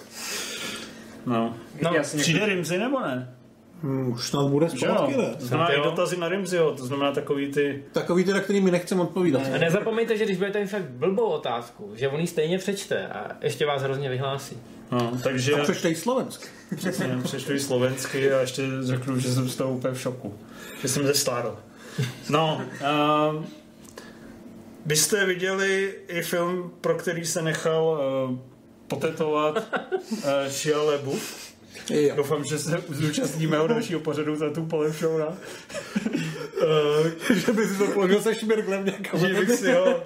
Speaker 4: No.
Speaker 3: No,
Speaker 6: Já si někdy-
Speaker 4: Přijde Rimzi nebo ne?
Speaker 5: Hmm, už snad bude
Speaker 4: Že jo?
Speaker 5: zpátky, Jako- ne?
Speaker 4: To znamená i
Speaker 3: Jo.
Speaker 4: dotazy na Rimziho, to znamená takový ty...
Speaker 5: Takový teda, který mi nechcem odpovídat.
Speaker 3: A nezapomeňte, že když budete mít fakt blbou otázku, že on ji stejně přečte a ještě vás hrozně vyhlásí.
Speaker 4: No, takže...
Speaker 5: A přečtej slovensky.
Speaker 4: Přesně, přečtu i slovensky a ještě řeknu, že jsem z toho úplně v šoku. Že jsem zestárl. No, uh, vy jste viděli i film, pro který se nechal uh, potetovat uh, Shia LaBeouf.
Speaker 5: Jo.
Speaker 4: Doufám, že se zúčastní mého dalšího pořadu za tu polevšouna.
Speaker 5: že by si to položil se šmirglem někam.
Speaker 4: že bych si ho...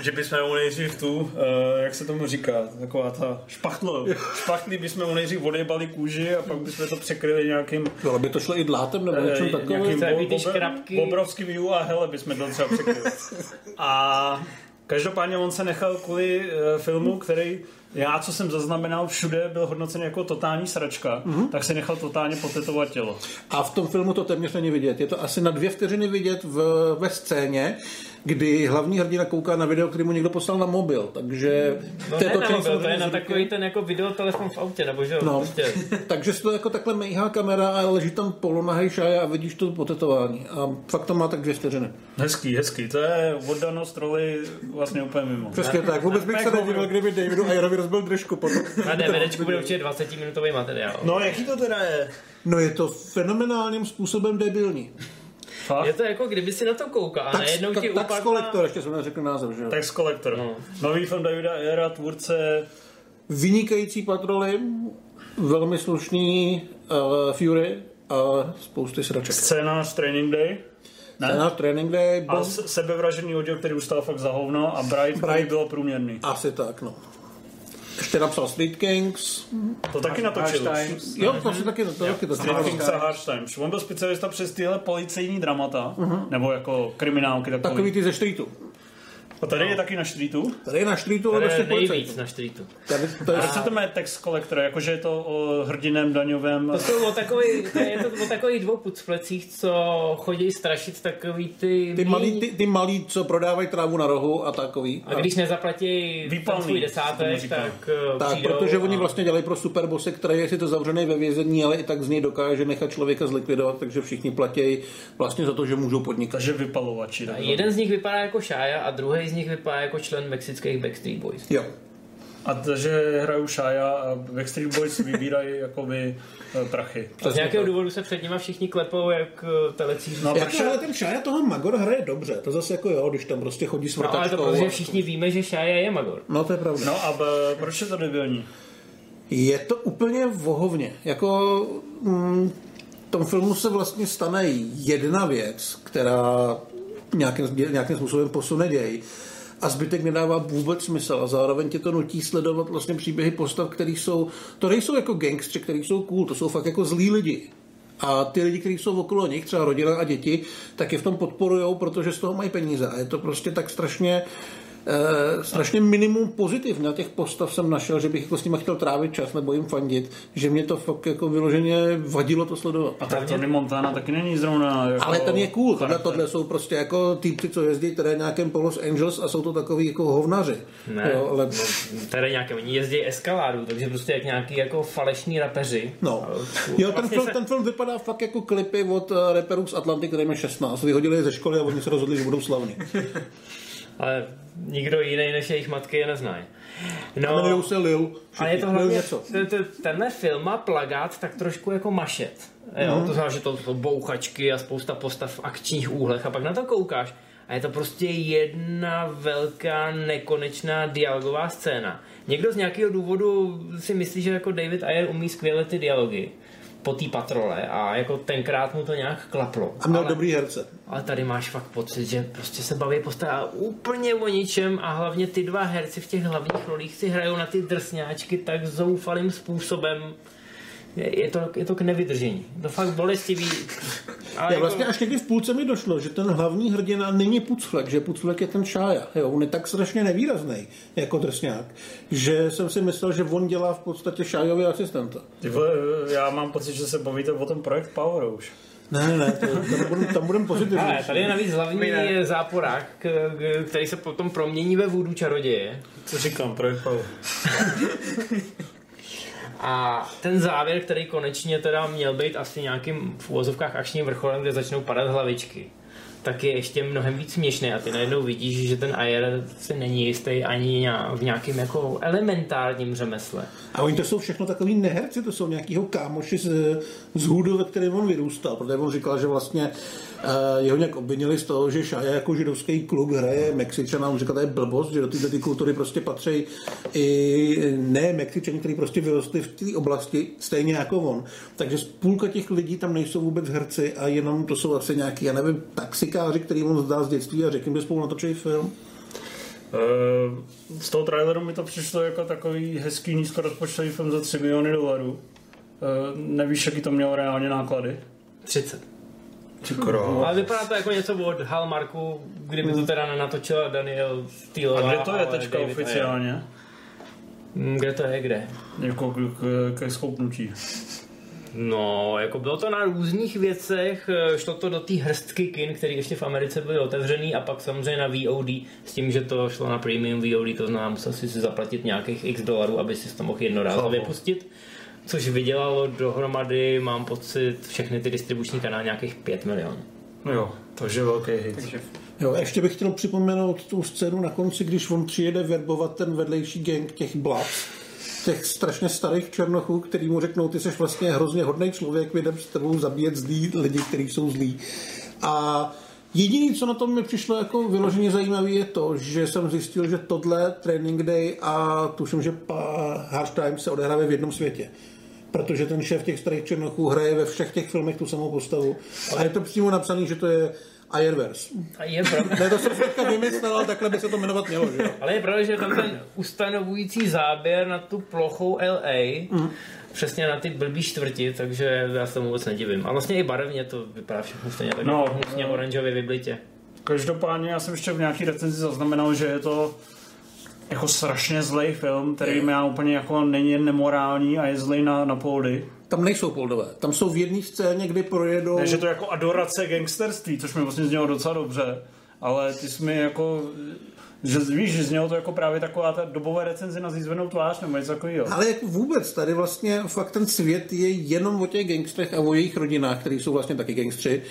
Speaker 4: Že bychom mu nejdřív tu, uh, jak se tomu říká, taková ta špachtlo. Špachtlí bychom mu nejdřív odjebali kůži a pak bychom to překryli nějakým
Speaker 5: No, Ale by to šlo i dlátem nebo něčem
Speaker 4: Eh,
Speaker 5: takovým.
Speaker 4: nějakým
Speaker 3: to je
Speaker 4: bo-
Speaker 3: víc
Speaker 4: bobe-
Speaker 3: krapky.
Speaker 4: Bobrovským ju a hele bychom to třeba překryli. A každopádně on se nechal kvůli eh, filmu, který já, co jsem zaznamenal, všude byl hodnocen jako totální sračka,
Speaker 3: Mhm.
Speaker 4: tak se nechal totálně potetovat tělo.
Speaker 5: A v tom filmu to téměř není vidět. Je to asi na dvě vteřiny vidět v, ve scéně, kdy hlavní hrdina kouká na video, který mu někdo poslal na mobil. Takže
Speaker 3: No
Speaker 5: to
Speaker 3: to
Speaker 5: je
Speaker 3: ne,
Speaker 5: to,
Speaker 3: na
Speaker 5: čím
Speaker 3: mobil,
Speaker 5: jsme
Speaker 3: to je na
Speaker 5: byli
Speaker 3: takový ten jako videotelefon v autě, nebo že jo,
Speaker 5: No.
Speaker 3: no. prostě.
Speaker 5: Takže se to jako takhle mejhá kamera a leží tam polonahej šája a vidíš to potetování. A fakt to má tak dvě vteřiny.
Speaker 4: Hezký, hezký. To je oddanost roli vlastně úplně mimo.
Speaker 5: Přesně tak. Vůbec bych se nedivil, kdyby Davidu Ayerovi rozbil držku. Potom. *laughs*
Speaker 3: Na DVDčku bude určitě 20 minutový materiál.
Speaker 4: No, jaký to teda je?
Speaker 5: No je to fenomenálním způsobem debilní.
Speaker 4: Fakt?
Speaker 3: Je to jako kdyby si na to koukal a
Speaker 5: No. Tak,
Speaker 3: najednou ti
Speaker 5: tak, tak
Speaker 3: upadla...
Speaker 5: kolektor, ještě jsem neřekl název, že jo?
Speaker 4: Tax Collector.
Speaker 3: No.
Speaker 4: Nový film Davida Era, tvůrce
Speaker 5: Vynikající patroly, velmi slušný uh, Fury a spousty sraček.
Speaker 4: scénář Training Day.
Speaker 5: Na Training Day,
Speaker 4: A
Speaker 5: bom,
Speaker 4: s- sebevražený oddíl, který už stál fakt za hovno a Bright, který
Speaker 5: Bright.
Speaker 4: byl průměrný.
Speaker 5: asi tak, no. Ještě napsal Street Kings.
Speaker 4: To taky
Speaker 6: Harsh
Speaker 4: natočil.
Speaker 6: Times.
Speaker 5: Jo, to si taky to, taky to
Speaker 4: Street Kings a Hard Times. On byl specialista přes tyhle policejní dramata, nebo jako kriminálky takový.
Speaker 5: Mhm. Takový ty ze streetu.
Speaker 4: A tady je taky na streetu.
Speaker 5: Tady je na streetu, ale prostě
Speaker 3: To je
Speaker 5: bez těch policajtů.
Speaker 3: nejvíc na štrítu.
Speaker 5: Tady, to je
Speaker 4: Jak se to jmenuje Tax Collector, jakože je to o hrdiném daňovém...
Speaker 3: To jsou o takový, to je to o takových dvou pucplecích, co chodí strašit takový ty...
Speaker 5: ty
Speaker 3: míň-
Speaker 5: malí, ty, ty malí, co prodávají trávu na rohu a takový.
Speaker 3: A když nezaplatí ten
Speaker 4: Výpalný,
Speaker 3: svůj
Speaker 4: se tomu
Speaker 3: desátek,
Speaker 4: říká.
Speaker 3: tak, eh,
Speaker 5: tak,
Speaker 3: přijdou
Speaker 5: protože
Speaker 3: a...
Speaker 5: oni vlastně dělají pro superbose, který je sice zavřený ve vězení, ale i tak z něj dokáže nechat člověka zlikvidovat, takže všichni platí vlastně za to, že můžou podnikat.
Speaker 4: Takže vypalovači.
Speaker 3: A
Speaker 4: takhle.
Speaker 3: Jeden z nich vypadá jako Šája a druhý z nich vypadá jako člen mexických Backstreet Boys.
Speaker 5: Jo.
Speaker 4: A takže hrajou Shia a Backstreet Boys vybírají *laughs* jakoby eh, prachy.
Speaker 3: A z nějakého důvodu se před nima všichni klepou jak eh, telecí.
Speaker 4: No,
Speaker 3: No,
Speaker 4: a pak
Speaker 5: Jako, ale
Speaker 4: šel,
Speaker 5: ten Šája toho Magor hraje dobře, to zase jako jo, když tam prostě chodí s
Speaker 3: no, ale to
Speaker 5: vrtačkou
Speaker 3: protože
Speaker 5: a-
Speaker 3: všichni víme, že Šája je Magor.
Speaker 5: No to je pravda.
Speaker 4: no a b- proč je to debilní?
Speaker 5: Je to úplně vohovně. Jako mm, v tom filmu se vlastně stane jedna věc, která nějakým, nějakým způsobem posune děj a zbytek nedává vůbec smysl a zároveň tě to nutí sledovat vlastně příběhy postav, který jsou, to nejsou jako gangstři, který jsou cool, to jsou fakt jako zlí lidi. A ty lidi, kteří jsou okolo nich, třeba rodina a děti, tak je v tom podporujou, protože z toho mají peníze. A je to prostě tak strašně eh, strašně minimum pozitiv na těch postav jsem našel, že bych jako s nimi chtěl trávit čas nebo jim fandit, že mě to fakt jako vyloženě vadilo to sledovat.
Speaker 4: A tak Tony Montana taky není zrovna... Jako
Speaker 5: Ale ten je cool, tohle,
Speaker 4: charakter.
Speaker 5: tohle jsou prostě jako týpci, co jezdí tady nějakém po Los Angeles a jsou to takový jako hovnaři.
Speaker 3: Ne, No,
Speaker 5: Jo, ale...
Speaker 3: Tady nějaké, oni jezdí eskaládu, takže prostě jak nějaký jako falešní rapeři.
Speaker 5: No. Jo,
Speaker 3: Jo,
Speaker 5: ten
Speaker 3: vlastně
Speaker 5: film,
Speaker 3: se-
Speaker 5: ten film vypadá fakt jako klipy od eh, reperů z Atlanty, kterým je 16. Vyhodili je ze školy a oni se rozhodli, že budou slavní.
Speaker 3: Ale nikdo jiný než jejich matky je nezná.
Speaker 5: Jmenují
Speaker 3: No,
Speaker 5: se Lil.
Speaker 3: a
Speaker 5: všichni.
Speaker 3: je to
Speaker 5: Lil
Speaker 3: hlavně,
Speaker 5: něco.
Speaker 3: t- t- tenhle film má plagát tak trošku jako mašet. Jo,
Speaker 5: Mhm.
Speaker 3: To znamená, že to jsou bouchačky a spousta postav v akčních úhlech a pak na to koukáš. A je to prostě jedna velká nekonečná dialogová scéna. Někdo z nějakého důvodu si myslí, že jako David Ayer umí skvěle ty dialogy po té patrole a jako tenkrát mu to nějak klaplo.
Speaker 5: A měl
Speaker 3: Ale-
Speaker 5: dobrý herce.
Speaker 3: ale tady máš fakt pocit, že prostě se baví postava úplně o ničem a hlavně ty dva herci v těch hlavních rolích si hrajou na ty drsňáčky tak zoufalým způsobem, je, je, to, je to k nevydržení. To fakt bolestivý. Ale jako-
Speaker 5: Já vlastně až někdy v půlce mi došlo, že ten hlavní hrdina není Puclek, že Puclek je ten šája. Jo, on je tak strašně nevýrazný jako drsňák, že jsem si myslel, že on dělá v podstatě šájový asistenta.
Speaker 4: Ty vole, já mám pocit, že se bavíte o tom projekt Power už.
Speaker 5: Ne, ne, ne, to, tam budem, tam budem pozitivní.
Speaker 3: Ale tady je navíc hlavní eh, záporák, k- k- který se potom promění ve vůdu čaroděje.
Speaker 4: Co říkám, projekt Power?
Speaker 3: A ten závěr, který konečně teda měl být asi nějakým v úvozovkách akčním vrcholem, kde začnou padat hlavičky, tak je ještě mnohem víc směšný a ty najednou vidíš, že ten Ayer se není jistý ani na- v nějakým jako elementárním řemesle.
Speaker 5: A oni to jsou všechno takový neherci, to jsou nějakýho kámoši z, z hudu, ve kterém on vyrůstal, protože on říkal, že vlastně uh, jeho nějak obvinili z toho, že Šaja jako židovský klub hraje Mexičana, on říkal, to je blbost, že do této ty kultury prostě patří i ne Mexičani, který prostě vyrostli v té oblasti, stejně jako on. Takže z půlka těch lidí tam nejsou vůbec herci a jenom to jsou asi nějaký, já nevím, taxikáři, který on zdá z dětství a řekl jim, že spolu natočí film.
Speaker 4: Eh, Z toho traileru mi to přišlo jako takový hezký nízkorozpočtový film za 3 miliony dolarů. Eh, Nevíš, jaký to mělo reálně náklady?
Speaker 3: 30.
Speaker 4: Ty kro.
Speaker 3: Ale vypadá to jako něco od Hallmarku, kdyby to teda nenatočila Daniel Steele.
Speaker 4: Hmm. A kde to je teďka
Speaker 3: no,
Speaker 4: oficiálně?
Speaker 3: Hmm, Kde to je, kde?
Speaker 4: Jako k, k, ke schoupnutí.
Speaker 3: No, jako bylo to na různých věcech, eh, šlo to do té hrstky kin, které ještě v Americe byly otevřený a pak samozřejmě na VOD s tím, že to šlo na premium VOD, to znamená, musel si si zaplatit nějakých x dolarů, aby si to mohl jednorázově pustit. Což vydělalo dohromady, mám pocit, všechny ty distribuční kanály nějakých 5 milionů.
Speaker 4: No jo, takže velký hit.
Speaker 5: Jo, ještě bych chtěl připomenout tu scénu na konci, když on přijede verbovat ten vedlejší gang těch blabs, těch strašně starých černochů, který mu řeknou, ty jsi vlastně hrozně hodný člověk, my jdem s tebou zabíjet zlí lidi, kteří jsou zlí. A jediný, co na tom mi přišlo jako vyloženě zajímavé, je to, že jsem zjistil, že tohle Training Day a tuším, že pa- Hard Time se odehrávají v jednom světě protože ten šéf těch starých černochů hraje ve všech těch filmech tu samou postavu. A je to přímo napsané, že to je Airverse.
Speaker 3: A je pravda,
Speaker 5: Ne, to jsem teďka vymyslel, ale takhle by se to jmenovat mělo, že jo?
Speaker 3: Ale je pravda, že tam ten ustanovující záběr na tu plochou LA, přesně na ty blbý čtvrti, takže já se tomu vůbec nedivím. A vlastně i barevně to vypadá všechno stejně tak
Speaker 4: No,
Speaker 3: no, hnusně
Speaker 4: no.
Speaker 3: oranžově vyblitě.
Speaker 4: Každopádně já jsem ještě v nějaký recenzi zaznamenal, že je to jako strašně zlej film, který má úplně jako není jen nemorální a je zlej na, na poldy.
Speaker 5: Tam nejsou poldové. Tam jsou v jedné scéně, kdy projedou...
Speaker 4: Takže to je jako adorace gangsterství, což mi vlastně znělo docela dobře, ale ty jsi mi jako že víš, že znělo to jako právě taková ta dobové recenze na zízvenou tvář nebo něco takového.
Speaker 5: Ale jak vůbec, tady vlastně fakt ten svět je jenom o těch gangstrech a o jejich rodinách, který jsou vlastně taky gangstři.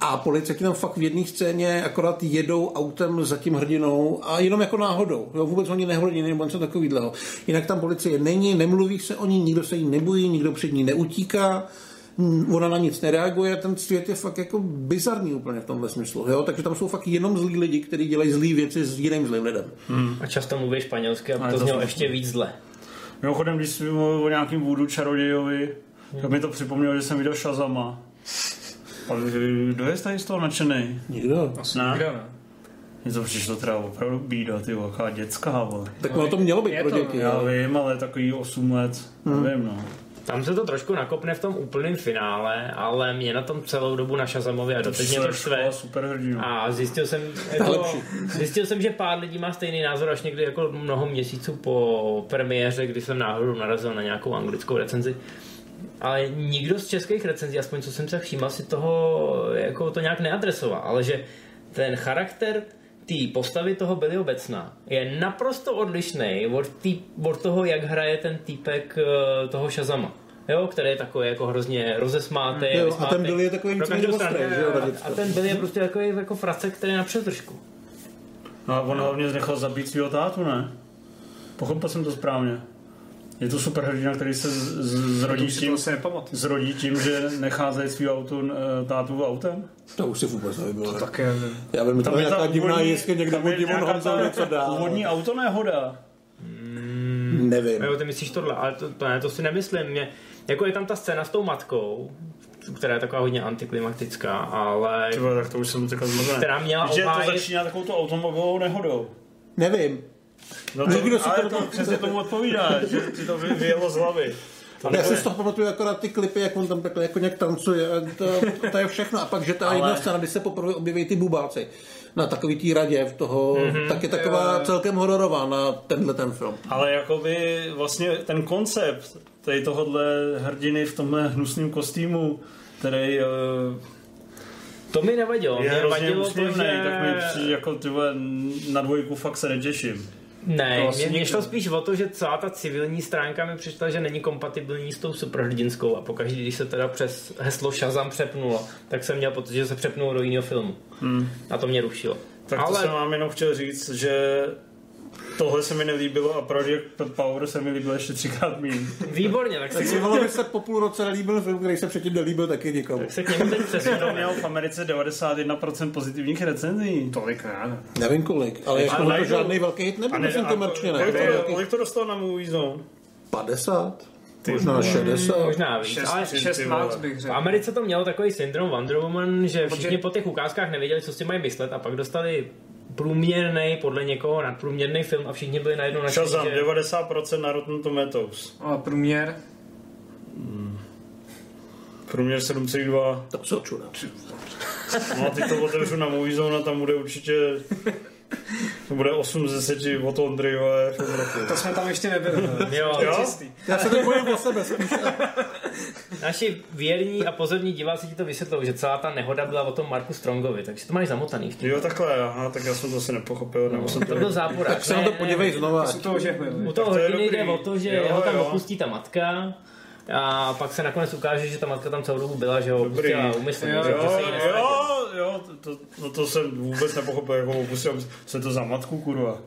Speaker 5: A policajti tam fakt v jedné scéně akorát jedou autem za tím hrdinou a jenom jako náhodou. Jo, vůbec oni nehrdiny nebo něco takového. Jinak tam policie není, nemluví se o ní, nikdo se jí nebojí, nikdo před ní neutíká. Mm, ona na nic nereaguje, ten svět je fakt jako bizarní úplně v tomhle smyslu, jo? takže tam jsou fakt jenom zlí lidi, kteří dělají zlý věci s jiným zlým lidem.
Speaker 6: Hm.
Speaker 3: A často mluví španělsky a Mm. No,
Speaker 4: Ale
Speaker 3: to
Speaker 4: to
Speaker 3: znělo
Speaker 4: jsou-
Speaker 3: ještě víc zle.
Speaker 4: Mimochodem, když jsi mluvil o nějakým vůdu čarodějovi, tak mi to připomnělo, že jsem viděl Shazama. A vy- kdo je tady z toho nadšený?
Speaker 5: Nikdo.
Speaker 4: Ne?
Speaker 6: Kdo, no?
Speaker 4: Mně to přišlo teda opravdu bída, ty vole, jaká dětská, vole.
Speaker 5: Tak ono to mělo být
Speaker 6: Je
Speaker 5: pro
Speaker 6: to,
Speaker 5: děti.
Speaker 4: Já
Speaker 5: jo.
Speaker 4: vím, ale takový 8 let, nevím no.
Speaker 3: Tam se to trošku nakopne v tom úplném finále, ale mě na tom celou dobu na Shazamově a doteď mě to štve.
Speaker 4: super hrdinu.
Speaker 3: A zjistil jsem, jako, zjistil jsem, že pár lidí má stejný názor až někdy jako mnoho měsíců po premiéře, kdy jsem náhodou narazil na nějakou anglickou recenzi. Ale nikdo z českých recenzí, aspoň co jsem se všímal, si toho jako to nějak neadresoval, ale že ten charakter té postavy toho Billy Obecna je naprosto odlišný od, tý, od toho, jak hraje ten týpek eh, toho Shazama. Jo, který je takový jako hrozně rozesmátý.
Speaker 5: Jo, a
Speaker 3: vysmátej.
Speaker 5: ten Billy je takový
Speaker 3: Pro
Speaker 5: víc
Speaker 3: každou
Speaker 5: méně
Speaker 3: stranu.
Speaker 5: ostrý, že jo, na děcka.
Speaker 3: A ten Billy je prostě jako, jako fracek, který je na přetržku.
Speaker 4: No a on hlavně nechal zabít svého tátu, ne? Pochopil jsem to správně. Je to super hrdina, který se z- z- zrodí
Speaker 6: Už si to
Speaker 4: tím,
Speaker 6: vlastně nepamatuju.
Speaker 4: zrodí tím, že nechá zajít svýho autu, eh, tátu autem.
Speaker 5: To už si vůbec nevím. ale-
Speaker 6: Tak je, nevím.
Speaker 5: Já vím, tam je
Speaker 4: ta
Speaker 5: nějaká divná
Speaker 4: úvodní-
Speaker 5: jeskyně, někde
Speaker 4: tam je
Speaker 5: mu Dimon
Speaker 4: nějaká ta
Speaker 5: Honza něco dá.
Speaker 4: Úvodní auto nehoda.
Speaker 5: Nevím.
Speaker 3: Jo, ty myslíš tohle, ale to, to, ne, to si nemyslím. Mě, jako je tam ta scéna s tou matkou, která je taková hodně antiklimatická, ale...
Speaker 4: Tyba, tak to už jsem teďka zmatený.
Speaker 3: Která měla
Speaker 4: Že to
Speaker 3: obhájit-
Speaker 4: začíná takovou tu automobilovou nehodou.
Speaker 5: Nevím.
Speaker 4: No
Speaker 5: Nikdo si
Speaker 4: ale
Speaker 5: to-
Speaker 4: to, přesně tomu odpovídá, že ti to vy- vyjelo z hlavy.
Speaker 3: A
Speaker 5: Já
Speaker 3: nebo
Speaker 5: si
Speaker 3: je-
Speaker 5: z toho pamatuju akorát ty klipy, jak on tam takhle jako nějak tancuje. A to, to, je všechno. A pak, že ta Ale... jedna scéna, kdy se poprvé objeví ty bubáci na takový tý radě v toho, mm-hmm, tak je taková celkem hororová na tenhle ten film.
Speaker 4: Ale jakoby vlastně ten koncept tady tohohle hrdiny v tomhle hnusném kostýmu, který eh,
Speaker 3: To mi nevadilo.
Speaker 4: je
Speaker 3: Mě
Speaker 4: hrozně
Speaker 3: vadilo to,
Speaker 4: úsměvný,
Speaker 3: že...
Speaker 4: tak mi přijde jako tyhle na dvojku fakt se netěším.
Speaker 3: Ne,
Speaker 4: To asi
Speaker 3: mě, mě
Speaker 4: nikdo.
Speaker 3: šlo spíš o to, že celá ta civilní stránka mi přišla, že není kompatibilní s tou superhrdinskou a pokaždé, když se teda přes heslo Shazam přepnulo, tak jsem měl pocit, že se přepnulo do jiného filmu. Hmm. A to mě rušilo.
Speaker 4: Tak to
Speaker 3: Ale
Speaker 4: jsem vám jenom chtěl říct, že tohle se mi nelíbilo a Project Power se mi líbil ještě třikrát *laughs* mín.
Speaker 3: výborně, tak se,
Speaker 5: Bylo by se po půl roce nelíbil film, který se předtím nelíbil taky nikomu.
Speaker 3: se k
Speaker 4: *laughs*
Speaker 3: němu teď
Speaker 4: To
Speaker 3: přesunul.
Speaker 4: měl v Americe 91% pozitivních recenzí.
Speaker 6: Tolik ne.
Speaker 5: Nevím kolik, ale jako to
Speaker 4: najdou-
Speaker 5: žádný velký hit nebyl, myslím komerčně ne.
Speaker 4: Kolik
Speaker 5: Bylo
Speaker 4: to,
Speaker 5: nějakých
Speaker 4: kolik to dostalo na Movie Zone?
Speaker 5: 50? Možná 60.
Speaker 3: Možná víc, ale
Speaker 6: 6 max bych
Speaker 3: v
Speaker 6: řekl.
Speaker 3: Americe to mělo takový syndrom Wonder Woman, že
Speaker 6: Protože-
Speaker 3: všichni po těch ukázkách nevěděli, co si mají myslet a pak dostali průměrný, podle někoho nadprůměrný film a všichni byli najednou na
Speaker 4: Shazam, 90% na Rotten Tomatoes.
Speaker 6: A průměr?
Speaker 4: Průměr 7,2.
Speaker 5: Tak co čurá.
Speaker 4: No a teď to otevřu na Movie Zone a tam bude určitě... To bude 8 z 10 od Ondryho.
Speaker 6: To jsme tam ještě nebyli.
Speaker 4: *laughs*
Speaker 6: hele.
Speaker 3: Jo,
Speaker 4: Jo?
Speaker 6: Čistý.
Speaker 5: Já se teď bojím o sebe spíš.
Speaker 3: Naši věrní a pozorní diváci ti to vysvětlou, že celá ta nehoda byla o tom Marku Strongovi, takže to máš zamotaný v tím.
Speaker 4: Jo, takhle, aha, tak já jsem to asi nepochopil, nebo jsem
Speaker 3: To
Speaker 4: to...
Speaker 3: byl záporák.
Speaker 5: Tak se na to
Speaker 3: Ne,
Speaker 5: podívej
Speaker 3: ne,
Speaker 5: znova.
Speaker 6: Jsou to ožehli.
Speaker 3: U toho
Speaker 4: Tak to je
Speaker 3: hrdiny
Speaker 4: dobrý.
Speaker 3: jde o to, že
Speaker 4: Jo,
Speaker 3: ho tam
Speaker 4: jo.
Speaker 3: opustí ta matka a pak se nakonec ukáže, že ta matka tam celou dobu byla, že ho
Speaker 4: Dobrý.
Speaker 3: opustila umyslně,
Speaker 6: Jo,
Speaker 3: že že se jí
Speaker 4: Jo,
Speaker 3: nestratila.
Speaker 4: jo, jo, to, to, no to jsem vůbec nepochopil, jako opustím se to za matku, kurva.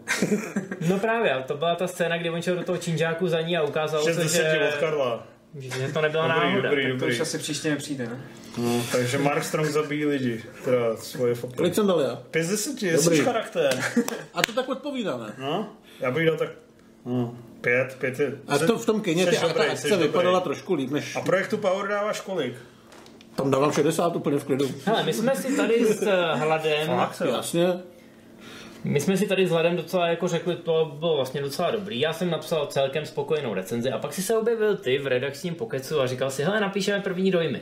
Speaker 3: No právě, a to byla ta scéna, kdy on šel do toho činžáku za ní a ukázalo
Speaker 4: 6
Speaker 3: se,
Speaker 4: 10 od
Speaker 3: že,
Speaker 4: Karla.
Speaker 3: že to nebyla
Speaker 4: Dobrý,
Speaker 3: náhoda.
Speaker 4: dobrý,
Speaker 6: To
Speaker 4: dobrý.
Speaker 6: už asi příště nepřijde, ne?
Speaker 4: Takže Mark Strong zabíjí lidi, teda svoje fotky.
Speaker 5: Kolik jsem dal já?
Speaker 4: 5 z 10, jsi charakter.
Speaker 5: A to tak odpovídá, ne?
Speaker 4: No, já bych dal tak... No, pět, pět je...
Speaker 5: A to v tom kyně ty,
Speaker 4: Jseš
Speaker 5: a ta
Speaker 4: dobrý,
Speaker 5: akce
Speaker 4: jseš dobrý.
Speaker 5: vypadala trošku líp, než
Speaker 4: A projektu Power dáváš kolik?
Speaker 5: tam dávám 60 úplně v klidu.
Speaker 3: Hele, my jsme si tady s eh, Hladem,
Speaker 5: Jasně.
Speaker 3: my jsme si tady s Hladem docela jako řekli, to bylo vlastně docela dobrý. Já jsem napsal celkem spokojenou recenzi a pak si se objevil ty v redakčním pokecu a říkal si, hele, napíšeme první dojmy.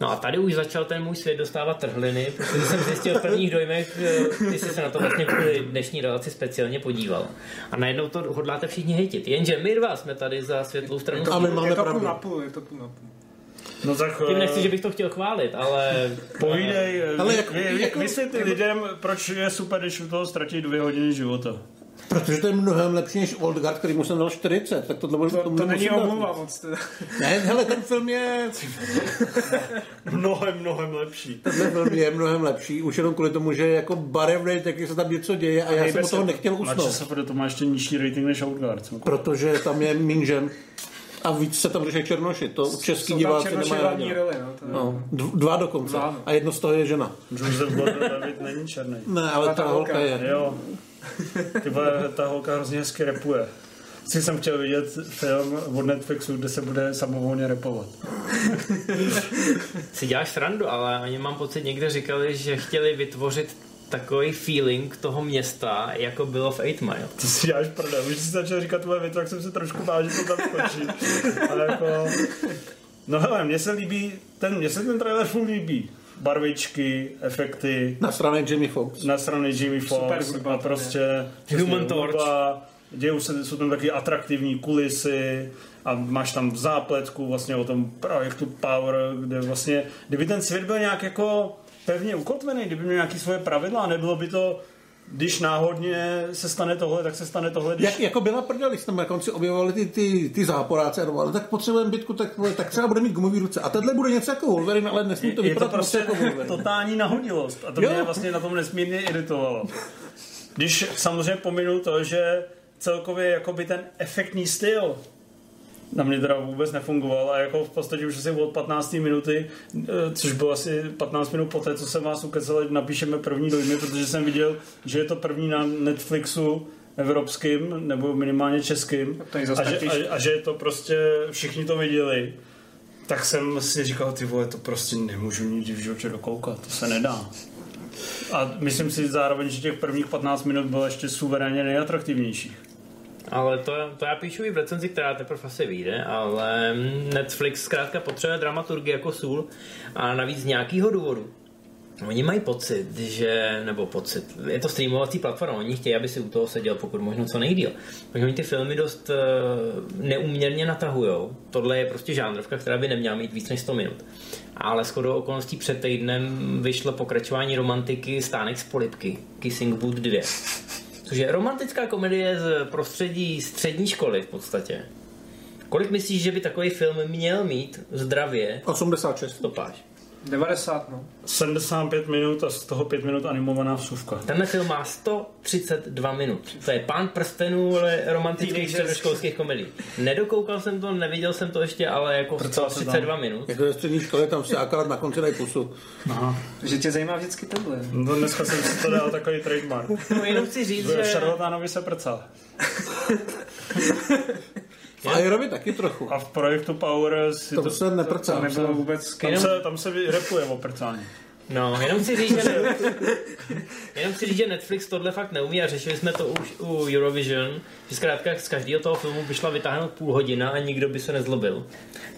Speaker 3: No a tady už začal ten můj svět dostávat trhliny, protože jsem zjistil v prvních dojmech, eh, ty jsi se na to vlastně kvůli dnešní relaci speciálně podíval. A najednou to hodláte všichni hejtit. Jenže my dva jsme tady za světlou stranu.
Speaker 5: A my
Speaker 6: je
Speaker 5: máme
Speaker 6: to Jako půl na
Speaker 5: pravdu.
Speaker 6: půl, je to půl na půl.
Speaker 4: No tak...
Speaker 3: Tím
Speaker 4: eh,
Speaker 3: nechci, že bych to chtěl chválit, ale...
Speaker 4: Povídej,
Speaker 5: Ale
Speaker 4: vy-
Speaker 5: jako-
Speaker 4: vy- vy-
Speaker 5: jako-
Speaker 4: vysvětli lidem, proč je super, když u toho ztratí dvě hodiny života.
Speaker 5: Protože to je mnohem lepší než Old Guard, který mu jsem dal 40, tak tohle to,
Speaker 6: To není omluva moc. Teda.
Speaker 5: Ne, hele, ten film je,
Speaker 4: *laughs* Mnohem, mnohem lepší.
Speaker 5: ten film je mnohem lepší, už jenom kvůli tomu, že je jako barevný, tak se tam něco děje a já jsem od toho nechtěl
Speaker 4: Na
Speaker 5: usnout.
Speaker 4: ČSFD to má ještě nižší rating než Outguard. jsem koukal.
Speaker 5: Protože tam je mín žen a víc se tam řeší černoši, to český
Speaker 6: Jsou tam
Speaker 5: diváci
Speaker 6: černoši
Speaker 5: nemají rádi.
Speaker 6: hlavní roli, no. To no.
Speaker 5: No, dv- dva dokonce.
Speaker 6: Dva.
Speaker 5: A jedno z toho je žena.
Speaker 4: Joseph Gordon-Levitt není černý.
Speaker 5: Ne, ale ta
Speaker 6: ta
Speaker 5: holka
Speaker 6: holka.
Speaker 5: je.
Speaker 4: Jo. Ty vole, ta holka hrozně hezky repuje. Si jsem chtěl vidět film od Netflixu, kde se bude samovolně repovat.
Speaker 3: si děláš srandu, ale oni mám pocit, někde říkali, že chtěli vytvořit takový feeling toho města, jako bylo v 8 Mile.
Speaker 4: To si děláš prdel. Už jsi začal říkat tuhle větu, tak jsem se trošku bál, že to tam skočí. Ale jako... No hele, mně se líbí, ten, mně se ten trailer furt líbí. Barvičky, efekty,
Speaker 5: Na straně Jimmy Fox.
Speaker 4: na straně Jimmy Fox
Speaker 6: hudba,
Speaker 4: a prostě
Speaker 3: Human
Speaker 4: přesně,
Speaker 3: Torch.
Speaker 4: hudba, Dějou se, jsou tam taky atraktivní kulisy a máš tam zápletku vlastně o tom projektu Power, kde vlastně, kdyby ten svět byl nějak jako pevně ukotvený, kdyby měl nějaké svoje pravidla a nebylo by to když náhodně se stane tohle, tak se stane tohle, když...
Speaker 5: Jak, jako byla prdel, když jsme na konci objevovali ty, ty, ty záporáce, no, ale tak potřebujeme bytku, tak, vole, tak třeba bude mít gumový ruce. A tenhle bude něco jako Wolverine, ale nesmí to
Speaker 4: je to
Speaker 5: vypadat moc
Speaker 4: prostě
Speaker 5: jako Wolverine.
Speaker 4: totální nahodilost a to
Speaker 5: Jo.
Speaker 4: mě vlastně na tom nesmírně iritovalo. Když samozřejmě pominu to, že celkově jakoby ten efektní styl na mě teda vůbec nefungoval a jako v podstatě už asi od 15. minuty, eh, což bylo asi 15 minut poté, co jsem vás ukecel, ať napíšeme první dojmy, protože jsem viděl, že je to první na Netflixu evropským, nebo minimálně českým.
Speaker 6: to je zas
Speaker 4: A že,
Speaker 6: tak těžké.
Speaker 4: a, a že je to prostě, všichni to viděli. Tak jsem si říkal, ty vole, to prostě nemůžu nikdy v životě dokoukat, to se nedá. A myslím si zároveň, že těch prvních 15 minut bylo ještě suverénně nejatraktivnějších.
Speaker 3: Ale to, to já píšu i v recenzi, která teprve asi vyjde, ale Netflix zkrátka potřebuje dramaturgy jako sůl a navíc z nějakého důvodu. Oni mají pocit, že, nebo pocit, je to streamovací platforma, oni chtějí, aby si u toho seděl pokud možno co nejdíl. Takže oni ty filmy dost uh, neuměrně natahujou. Tohle je prostě žánrovka, která by neměla mít víc než 100 minut. Ale shodou okolností před týdnem vyšlo pokračování romantiky Stánek z polipky, Kissing Booth 2. Což je romantická komedie z prostředí střední školy v podstatě. Kolik myslíš, že by takový film měl mít zdravě
Speaker 5: 86.
Speaker 3: stopáž?
Speaker 6: 90, no.
Speaker 4: 75 minut a z toho 5 minut animovaná vsuvka.
Speaker 3: Tenhle film má 132 minut. To je pán prstenů ale romantických středoškolských komedií. Nedokoukal jsem to, neviděl jsem to ještě, ale jako
Speaker 4: Prcala se tam.
Speaker 3: 132 minut.
Speaker 5: Jako ve střední škole, tam se akorát na konci dají pusu.
Speaker 6: Že tě zajímá vždycky tohle.
Speaker 4: No to dneska jsem si to dal takový trademark.
Speaker 3: No, jenom chci říct,
Speaker 4: V
Speaker 3: že...
Speaker 4: Šarlatánovi se prcá.
Speaker 5: A Aerovi taky trochu.
Speaker 4: A v projektu Power si to...
Speaker 5: Tam se
Speaker 6: To
Speaker 5: neprcá.
Speaker 6: nebylo vůbec...
Speaker 4: Tam se, tam se vy- repuje o prcání.
Speaker 3: No, jenom chci říct, že, ne... jenom chci říct, že Netflix tohle fakt neumí a řešili jsme to už u Eurovision, že zkrátka z každého toho filmu by šla vytáhnout půl hodina a nikdo by se nezlobil.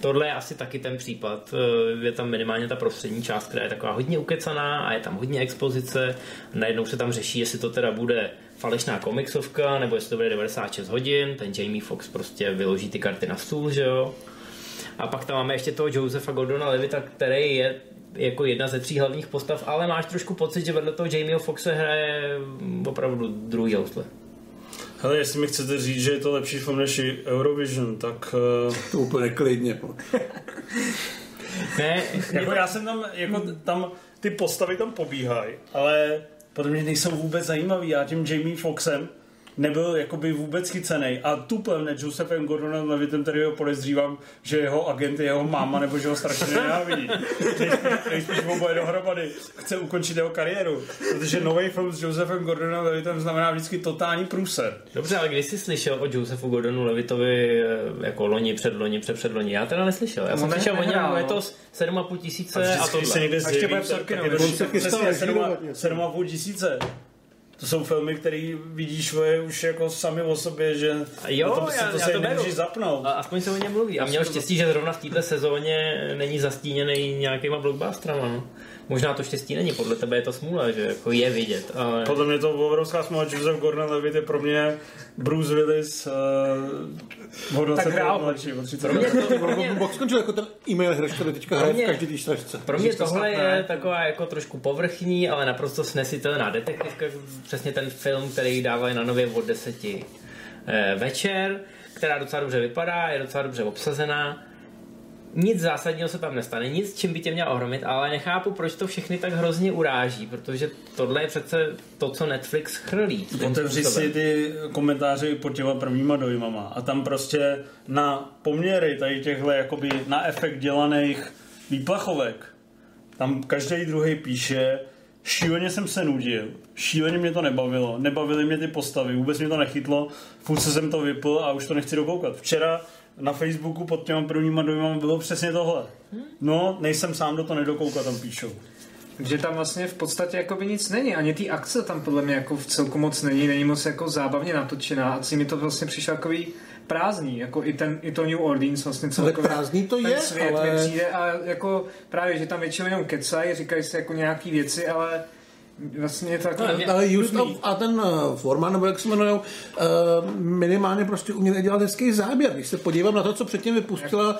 Speaker 3: Tohle je asi taky ten případ. Eh, Je tam minimálně ta prostřední část, která je taková hodně ukecaná a je tam hodně expozice. Najednou se tam řeší, jestli to teda bude falešná komiksovka, nebo jestli to bude 96 hodin, ten Jamie Fox prostě vyloží ty karty na stůl, že jo. A pak tam máme ještě toho Josefa Gordona Levita, který je jako jedna ze tří hlavních postav, ale máš trošku pocit, že vedle toho Jamieho Foxe hraje mm, opravdu druhý housle.
Speaker 4: Hele, jestli mi chcete říct, že je to lepší film než i Eurovision, tak... Uh,
Speaker 5: To úplně klidně. po.
Speaker 3: Ne,
Speaker 4: jako já jsem tam, jako tam, ty postavy tam pobíhají, ale podle mě nejsou vůbec zajímavý. Já tím Jamie Foxem nebyl jakoby vůbec chycený. A tuplem ne Josephem Gordonem Levitem, který ho podezřívám, že jeho agent je jeho máma, nebo že ho strašně nenávidí. Nejspíš- Nejspíš oboje dohromady chce ukončit jeho kariéru. Protože nový film s Josephem Gordonem Levitem znamená vždycky totální průser.
Speaker 3: dobře, ale když jsi slyšel o Josefu Gordonu Levitovi eh, jako loni, předloni, předpředloni? Já teda neslyšel. Já jsem
Speaker 6: ne-
Speaker 3: slyšel o něm
Speaker 6: nehrál, no.
Speaker 3: letos 7,5 tisíce a,
Speaker 4: Vždycky, když se
Speaker 3: tohle.
Speaker 4: někde
Speaker 6: A
Speaker 4: zjeví,
Speaker 6: ještě bude v
Speaker 4: tak
Speaker 6: Sorkinovi.
Speaker 4: je to
Speaker 5: On se chystá
Speaker 4: přesně
Speaker 5: režírovat něco.
Speaker 4: 7,5 tisíce. To jsou filmy, které vidíš je už jako sami o sobě, že
Speaker 3: A jo,
Speaker 4: na to, prostě
Speaker 3: já-
Speaker 4: to
Speaker 3: já
Speaker 4: se
Speaker 3: to beru.
Speaker 4: nemůžeš zapnout.
Speaker 3: A aspoň se o něm mluví. A měl štěstí, že zrovna v této sezóně není zastíněný nějakýma blockbusterama. No. Možná to štěstí není, podle tebe je to smůla, že jako je vidět. Ale...
Speaker 4: Podle mě to obrovská smlouva Joseph Gordon-Levitt je pro mě Bruce Willis uh, v hodnoce
Speaker 6: Tak hrál.
Speaker 4: mladší o 30
Speaker 3: Pro mě to- pro mě-
Speaker 5: Bok skončil jako ten e-mail hrač, který teďka hraje v každý té strašce.
Speaker 3: Pro mě
Speaker 6: to
Speaker 3: tohle
Speaker 6: snad ne.
Speaker 3: je taková jako trošku povrchní, ale naprosto snesitelná detektivka, jako přesně ten film, který dávají na nově od deseti eh, večer, která docela dobře vypadá, je docela dobře obsazená. Nic zásadního se tam nestane, nic, čím by tě měl ohromit, ale nechápu, proč to všechny tak hrozně uráží, protože tohle je přece to, co Netflix chrlí. svým
Speaker 4: Otevři si
Speaker 3: způsobem.
Speaker 4: ty komentáře i pod těma prvníma dojmama a tam prostě na poměry tady těchhle jakoby na efekt dělaných výplachovek tam každý druhý píše šíleně jsem se nudil, šíleně mě to nebavilo, nebavily mě ty postavy, vůbec mě to nechytlo, furt se jsem to vypl a už to nechci dokoukat. Včera na Facebooku pod těma prvníma dojmama bylo přesně tohle. No, nejsem sám, do to nedokoukal, tam píšou.
Speaker 6: Že tam vlastně v podstatě jako by nic není, ani ty akce tam podle mě jako v celku moc není, není moc jako zábavně natočená a si mi to vlastně přišlo takový prázdný, jako i, ten, i to New Orleans vlastně
Speaker 5: Ale
Speaker 6: celkově.
Speaker 5: prázdný to
Speaker 6: ten
Speaker 5: je,
Speaker 6: svět mi
Speaker 5: ale...
Speaker 6: přijde a jako právě, že tam většinou jenom kecají, říkají si jako nějaký věci, ale vlastně je to jako...
Speaker 3: No,
Speaker 5: Ale Houston a ten eh, Forman, nebo jak se jmenujou, eh, minimálně prostě uměli dělat hezký záběr. Když se podívám na to, co předtím vypustila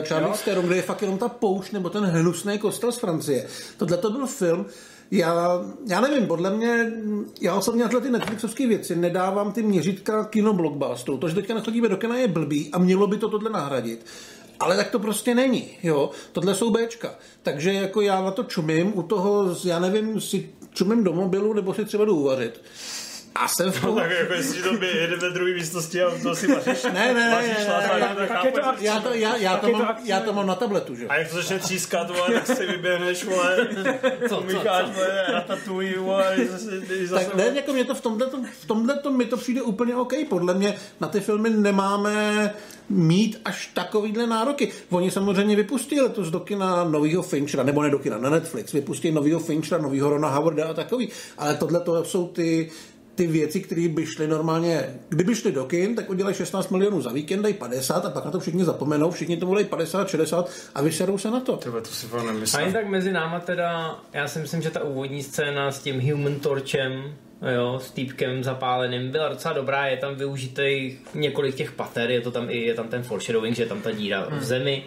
Speaker 5: eh, Charlie Steron, kde je fakt jenom ta poušť nebo ten hnusný kostel z Francie. Tohle to byl film, já, já nevím, podle mě, mm, já osobně na tyhle ty Netflixovské věci nedávám ty měřítka kino blockbusteru. To, že teďka nechodíme do kina, je blbý a mělo by to tohle nahradit. Ale tak to prostě není, jo. Tohle jsou Bčka. Takže jako já na to čumím, u toho, já nevím, si čumím do mobilu, nebo si třeba jdu uvařit. A jsem v tom...
Speaker 4: Tak jako jestli to by jede ve druhé místnosti a to *laughs* si vaříš.
Speaker 5: Ne, ne, ne,
Speaker 4: vaříš
Speaker 5: ne,
Speaker 4: lás,
Speaker 5: ne,
Speaker 4: tak
Speaker 5: ne,
Speaker 4: to
Speaker 5: Eh, tak
Speaker 6: je
Speaker 4: chápeš.
Speaker 6: to akce.
Speaker 5: Já to, já, já, to
Speaker 6: je to
Speaker 5: mám,
Speaker 6: akční.
Speaker 5: já to mám na tabletu, že? jo.
Speaker 4: A jak to začne třískat, vole, tak si vyběhneš, vole,
Speaker 3: co, co,
Speaker 4: umícháš, vole, ratatuji, vole, i zase, i zase
Speaker 5: Tak ne, jako mě to v tomhle, v tomhle mi to přijde úplně OK. Podle mě na ty filmy nemáme mít až takovýhle nároky. Oni samozřejmě vypustí letos do kina novýho Finchera, nebo ne do kina, na Netflix, vypustí novýho Finchera, novýho Rona Howarda a takový. Ale tohle to jsou ty ty věci, které by šly normálně, kdyby šly do kin, tak udělají 16 milionů za víkend, dají 50 a pak na to všichni zapomenou, všichni tomu dají 50, 60 a vyserou se na to.
Speaker 6: Tebe to si fakt
Speaker 3: A
Speaker 6: nemyslím.
Speaker 3: jen tak mezi náma teda, já si myslím, že ta úvodní scéna s tím Human Torchem, jo, s týpkem zapáleným, byla docela dobrá, je tam využitej několik těch pater, je to tam i, je tam ten foreshadowing, že je tam ta díra v zemi.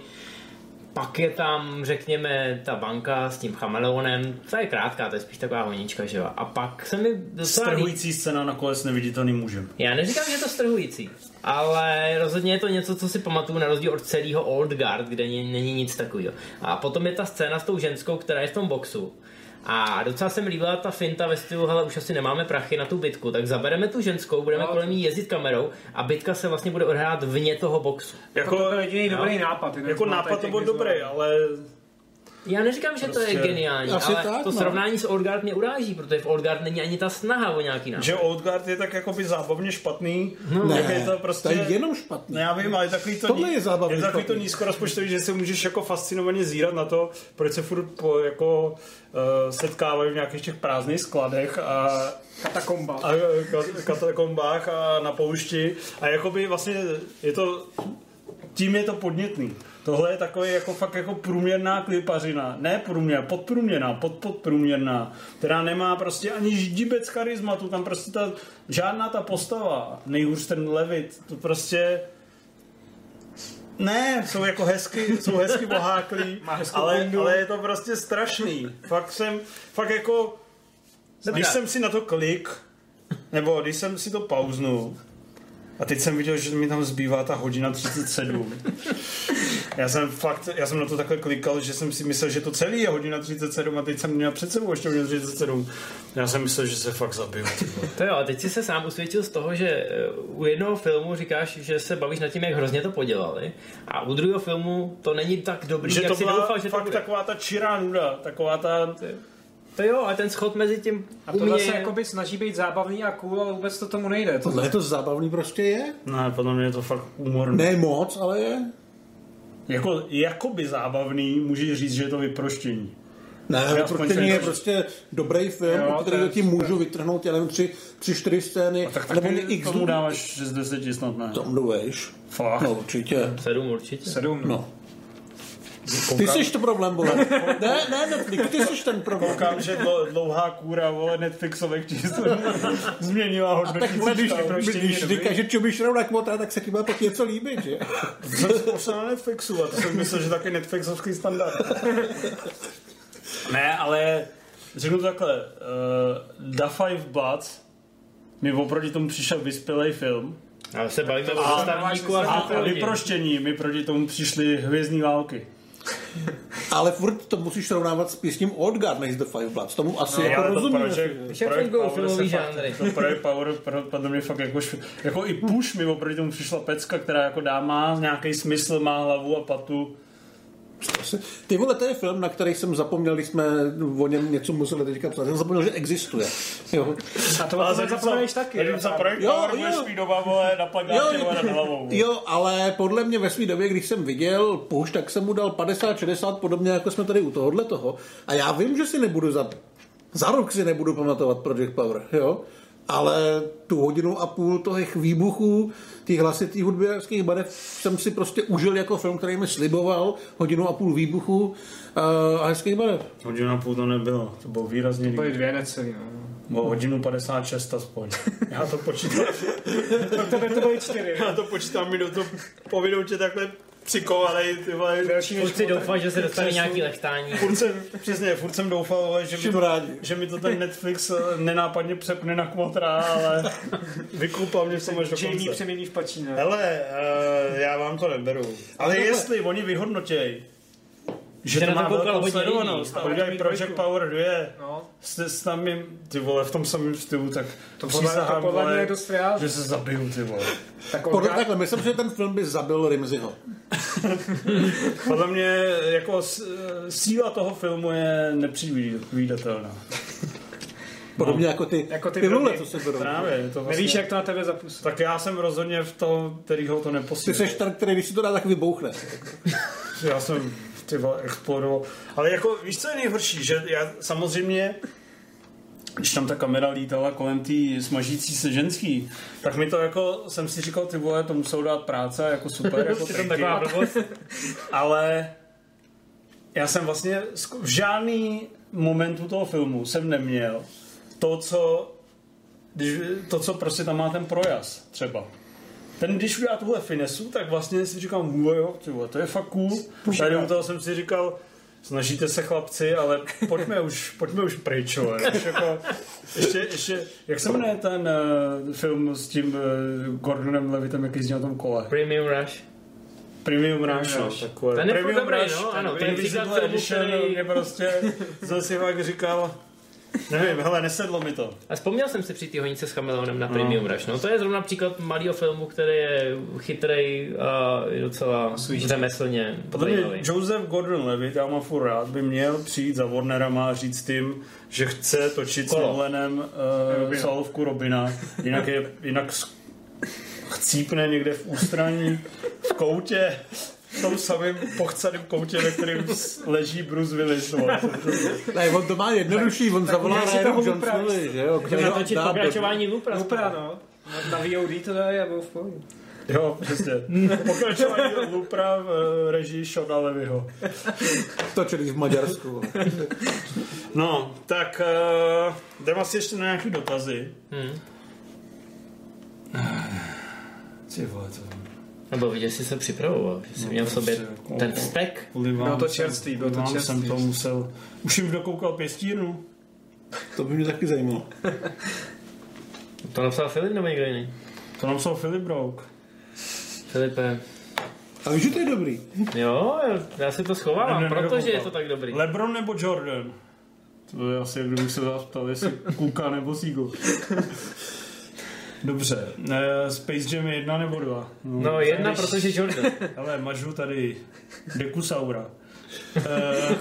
Speaker 3: Pak je tam, řekněme, ta banka s tím chameleonem, ta je krátká, to je spíš taková honička, že jo. A pak se mi docela líbí-
Speaker 4: Strhující scéna nakonec neviditelným mužem.
Speaker 3: já neříkám, že je to strhující, ale rozhodně je to něco, co si pamatuju na rozdíl od celého Old Guard, kde ni- není nic takového. A potom je ta scéna s tou ženskou, která je v tom boxu. A docela se mi líbila ta finta ve stylu, hele, už asi nemáme prachy na tu bitku, tak zabereme tu ženskou, budeme
Speaker 5: No.
Speaker 3: kolem ní jezdit kamerou a bitka se vlastně bude odhrát vně toho boxu.
Speaker 6: Jako, to
Speaker 4: Jako,
Speaker 6: byl jediný dobrý nápad. jeden
Speaker 4: jako
Speaker 6: z mála
Speaker 4: nápad to byl
Speaker 6: těch, jak
Speaker 4: dobrý,
Speaker 6: zvolil.
Speaker 4: ale
Speaker 3: Já neříkám, že to je
Speaker 4: Prostě-
Speaker 3: geniální,
Speaker 5: Asi
Speaker 3: ale
Speaker 5: tak,
Speaker 3: to
Speaker 5: no.
Speaker 3: srovnání s Old Guard mě uráží, protože v Old Guard není ani ta snaha o nějaký nápad.
Speaker 4: že Old Guard je tak jakoby zábavně špatný. jak
Speaker 5: No. Ne,
Speaker 4: je to prostě...
Speaker 5: je jenom špatný.
Speaker 4: No já vím, ale takový to,
Speaker 5: Tohle
Speaker 4: ní-
Speaker 5: je zábavný
Speaker 4: je takový to
Speaker 5: špatný.
Speaker 4: nízkorozpočtový, že se můžeš jako fascinovaně zírat na to, proč se furt po, jako uh, setkávají v nějakých těch prázdných skladech a
Speaker 6: Katakomba.
Speaker 4: a e, ka- katakombách a na poušti a jakoby vlastně je to tím je to podnětný. Tohle je takový jako fakt jako průměrná klipařina. Ne průměr, podprůměrná, podpodprůměrná, která nemá prostě ani ždibec charizmatu, tam prostě ta, žádná ta postava, nejhůř ten levit, to prostě ne, jsou jako hezky, jsou hezky
Speaker 6: *laughs*
Speaker 4: boháklí,
Speaker 6: hezkou
Speaker 4: ale,
Speaker 6: bundu.
Speaker 4: ale je to prostě strašný. Fakt jsem, fakt jako když jsem si na to klik, nebo když jsem si to pauznul, a teď jsem viděl, že mi tam zbývá ta hodina 37. Já jsem fakt, já jsem na to takhle klikal, že jsem si myslel, že to celý je hodina 37 a teď jsem měl před sebou ještě hodinu 37. Já jsem myslel, že se fakt zabiju. ty vole.
Speaker 3: To jo, a teď jsi se sám usvědčil z toho, že eh, u jednoho filmu říkáš, že se bavíš nad tím, jak hrozně to podělali, a u druhého filmu to není tak dobrý,
Speaker 4: že
Speaker 3: jak
Speaker 4: to
Speaker 3: si
Speaker 4: byla
Speaker 3: doufal, že to
Speaker 4: fakt
Speaker 3: bude.
Speaker 4: taková ta čirá nuda, taková ta...
Speaker 3: To jo, a ten schod mezi tím
Speaker 6: A
Speaker 3: u mě...
Speaker 6: tohle se
Speaker 4: jako
Speaker 6: jakoby snaží být zábavný a cool, ale vůbec to tomu nejde. To
Speaker 5: Tohle je to zábavný prostě je.
Speaker 4: Ne, No, podle mě je to fakt úmorné.
Speaker 5: Ne moc, ale je.
Speaker 4: Jako, jakoby zábavný, můžeš říct, že je to vyproštění.
Speaker 5: Ne,
Speaker 4: Já
Speaker 5: pro
Speaker 4: aspoň
Speaker 5: mě
Speaker 4: jsem-
Speaker 5: je prostě dobrý film,
Speaker 6: Jo,
Speaker 5: jo,
Speaker 6: to
Speaker 5: který
Speaker 6: je
Speaker 5: tím můžu vytrhnout, já nevím, tři, tři čtyři scény,
Speaker 4: No, Tak
Speaker 5: No, nebo
Speaker 4: taky
Speaker 5: x
Speaker 4: tomu dáváš 6 z 10 snad ne.
Speaker 5: Tom jdeš.
Speaker 4: Fakt.
Speaker 5: No určitě.
Speaker 3: Sedm určitě.
Speaker 6: sedm.
Speaker 5: No. Ty jsi to
Speaker 4: *laughs*
Speaker 5: problém, vole. Ne, ne, Netflix, ty jsi ten problém.
Speaker 4: Koukám, že dlo- dlouhá kůra, vole, Netflixovek číslo *laughs* změnila
Speaker 5: A tak vole,
Speaker 4: hodnotící
Speaker 5: když,
Speaker 4: stav.
Speaker 5: když říkáš, že čumíš šrouna kmota, tak se ti má pak něco líbit, že?
Speaker 4: To jsem zkoušel na Netflixu a to jsem myslel, že taky Netflixovský standard. ne, ale řeknu to takhle. Uh, Da Five Bloods mi oproti tomu přišel vyspělej film.
Speaker 3: A se bavíme o
Speaker 4: A-
Speaker 3: zastavníku a,
Speaker 4: A, a
Speaker 3: a,
Speaker 4: vyproštění mi proti tomu přišly hvězdní války.
Speaker 5: Ale furt to musíš srovnávat s písním Old Guard než The Five Bloods. Tomu asi jako
Speaker 4: Ale No, to
Speaker 5: rozumím.
Speaker 4: projekt,
Speaker 3: Jak
Speaker 4: projekt
Speaker 3: fungují
Speaker 4: Power se
Speaker 3: filmový
Speaker 4: fakt,
Speaker 3: žánry?
Speaker 4: to projekt Power pro- podle mě fakt jako, šv- jako i push mi oproti tomu přišla pecka, která jako dá, má nějaký smysl, má hlavu a patu.
Speaker 5: Ty vole, to je film, na který jsem zapomněl, když jsme o něm něco museli teďka psát. Já jsem zapomněl, že existuje.
Speaker 4: *laughs*
Speaker 5: Jo,
Speaker 6: A to vlastně zapomeneš taky.
Speaker 4: Nevím,
Speaker 6: jo.
Speaker 4: za projekt
Speaker 5: Jo,
Speaker 4: Power
Speaker 5: jo.
Speaker 4: budeš mít doma, vole, na plagátě, vole, na hlavou.
Speaker 5: jo, ale podle mě ve své době, když jsem viděl push, tak jsem mu dal 50-60, podobně jako jsme tady u tohohle toho. A já vím, že si nebudu za, za rok si nebudu pamatovat Project Power, jo? Ale tu hodinu a půl těch výbuchů, těch hlasitých hudbářských barev jsem si prostě užil jako film, který mi sliboval hodinu a půl výbuchů uh, a hezkých barev.
Speaker 4: Hodinu a půl to nebylo, to bylo výrazně
Speaker 6: Byly
Speaker 4: líp.
Speaker 6: dvě necelý, no.
Speaker 4: Bylo hodinu 56 aspoň. Já to počítám,
Speaker 6: Tak tebe to
Speaker 4: *laughs*
Speaker 6: byly čtyři. no.
Speaker 4: já to počítám, mi do to povinou tě takhle přikovali, ty vole.
Speaker 6: Další než
Speaker 3: Kluci doufají, že se dostane
Speaker 4: Přesně.
Speaker 3: nějaký lechtání.
Speaker 4: Furt jsem, přesně, furt jsem doufal, vole, že mi, to,
Speaker 5: rádi.
Speaker 4: že mi to ten Netflix eh, nenápadně přepne na kmotra, ale vykoupal mě v tom až do
Speaker 6: Jamie
Speaker 4: konce.
Speaker 6: přemění v pačína.
Speaker 4: Hele, uh, já vám to neberu. Ale
Speaker 5: tohle-
Speaker 4: jestli oni vyhodnotěj, že,
Speaker 3: Že
Speaker 4: to
Speaker 3: na to
Speaker 4: má
Speaker 3: koukalo
Speaker 4: velkou
Speaker 3: hodně
Speaker 4: sledovanost
Speaker 6: lidí.
Speaker 4: a
Speaker 6: A
Speaker 4: udělají
Speaker 6: budete mít
Speaker 4: Project
Speaker 6: dvojku.
Speaker 4: Power 2
Speaker 6: No,
Speaker 4: s, s tam jim, ty vole, v tom samém stylu, tak
Speaker 6: to podle, to podle mě je dost reál.
Speaker 4: že se zabiju, ty vole.
Speaker 6: Tak
Speaker 5: Podle,
Speaker 6: orgán-
Speaker 5: takhle, myslím, že ten film by zabil Rimziho.
Speaker 4: Podle mě jako s- síla toho filmu je nepředvídatelná.
Speaker 5: Podobně
Speaker 4: No.
Speaker 5: jako ty,
Speaker 6: Jako ty
Speaker 5: pilule,
Speaker 6: drogy.
Speaker 5: co se berou.
Speaker 4: Právě, je to vlastně...
Speaker 6: Nevíš, jak to na tebe zapustí.
Speaker 4: Tak já jsem rozhodně v tom, který ho to
Speaker 5: Ty
Speaker 4: neposílil.
Speaker 5: seš ten, který když si to dá, tak vybouchne.
Speaker 4: Já jsem ty vole, exploroval. Ale jako, víš, co je nejhorší? Že já samozřejmě když tam ta kamera lítala kolem té smažící se ženský, tak mi to jako, jsem si říkal, ty vole, to musou dát práce, jako
Speaker 6: *laughs*
Speaker 4: super, jako
Speaker 3: Je to
Speaker 4: triky.
Speaker 3: taková blbost.
Speaker 4: ale já jsem vlastně sk- v žádný momentu toho filmu jsem neměl to, co, když, to, co prostě tam má ten projaz třeba. Ten, když udělá tuhle finesu, tak vlastně si říkám, "Vole, jo, ty vole, to je fakt cool. Tady u toho jsem si říkal, snažíte se chlapci, ale pojďme už, pojďme už pryč, vole. Už jako, ještě, ještě, jak se jmenuje ten uh, film s tím uh, Gordonem Levitem, jak jezdí na tom kole?
Speaker 3: Premium Rush.
Speaker 4: Premium Rush, no,
Speaker 6: Rush.
Speaker 4: takové.
Speaker 3: Ten je furt
Speaker 4: Premium
Speaker 3: dobrý, no, ano, ten
Speaker 4: Premium
Speaker 3: příklad
Speaker 4: Visible
Speaker 3: filmu,
Speaker 4: Edition,
Speaker 3: který-
Speaker 4: mě prostě, jsem si fakt říkal, nevím, hele, nesedlo mi to.
Speaker 3: A vzpomněl jsem si při té honice s Chameleonem na Premium Rush. No, to je zrovna příklad malého filmu, který je chytrej a je docela řemeslně
Speaker 4: Podle mě
Speaker 3: zajímavý.
Speaker 4: Joseph Gordon-Levitt, já mám furt rád, by měl přijít za Warnerama a říct tím, že chce točit s
Speaker 3: Kolo.
Speaker 4: Nolanem uh,
Speaker 6: Robina.
Speaker 4: salovku Robina, jinak je, jinak s- chcípne někde v ústraní, v koutě, v tom samém pochcaném koutě, ve kterém s- leží Bruce Willis. vole.
Speaker 5: Ne, on to má jednodušší, on zavolá
Speaker 6: jak si
Speaker 5: Ryan
Speaker 6: toho
Speaker 5: Johnsonovi, že jo? který
Speaker 3: Můžeme
Speaker 5: ho
Speaker 3: natočit
Speaker 5: dá do-
Speaker 3: pokračování Lupra.
Speaker 6: Opra, no. Na VOD to dají, já byl v pohodě.
Speaker 4: Jo,
Speaker 6: *laughs*
Speaker 4: přesně. Pokračování Lupra v eh, režii Šona Levyho.
Speaker 5: Točený v Maďarsku. vole.
Speaker 4: No, tak uh, jdem asi ještě na nějaké dotazy.
Speaker 3: Hmm.
Speaker 4: Ty vole, to...
Speaker 3: Nebo viděl, jsi se připravoval, že jsi měl v sobě
Speaker 4: prostě,
Speaker 3: ten
Speaker 4: jako-
Speaker 3: vztek.
Speaker 4: Ulivám
Speaker 6: Bylo to
Speaker 4: se.
Speaker 6: čerství, bylo to
Speaker 4: Ulivám
Speaker 6: čerství.
Speaker 4: jsem to musel. Už jim dokoukal pěstínu.
Speaker 5: To by mě taky zajímalo.
Speaker 3: To napsal Filip nebo někdo jiný?
Speaker 4: To nám jsou Filip Brouk.
Speaker 3: Filipe,
Speaker 5: A víš, že to je dobrý.
Speaker 3: jo, já si to schovávám,
Speaker 4: Ne, ne,
Speaker 3: protože je
Speaker 4: nedokoukal.
Speaker 3: to tak dobrý.
Speaker 4: Lebron nebo Jordan? To je asi, kdybych se vás ptal, jestli Kuka nebo Sigo. *laughs* Dobře. Eh, Space Jam 1 nebo 2?
Speaker 3: No jedna, protože Jordan.
Speaker 4: Ale mažu tady Dekusaura. Eh,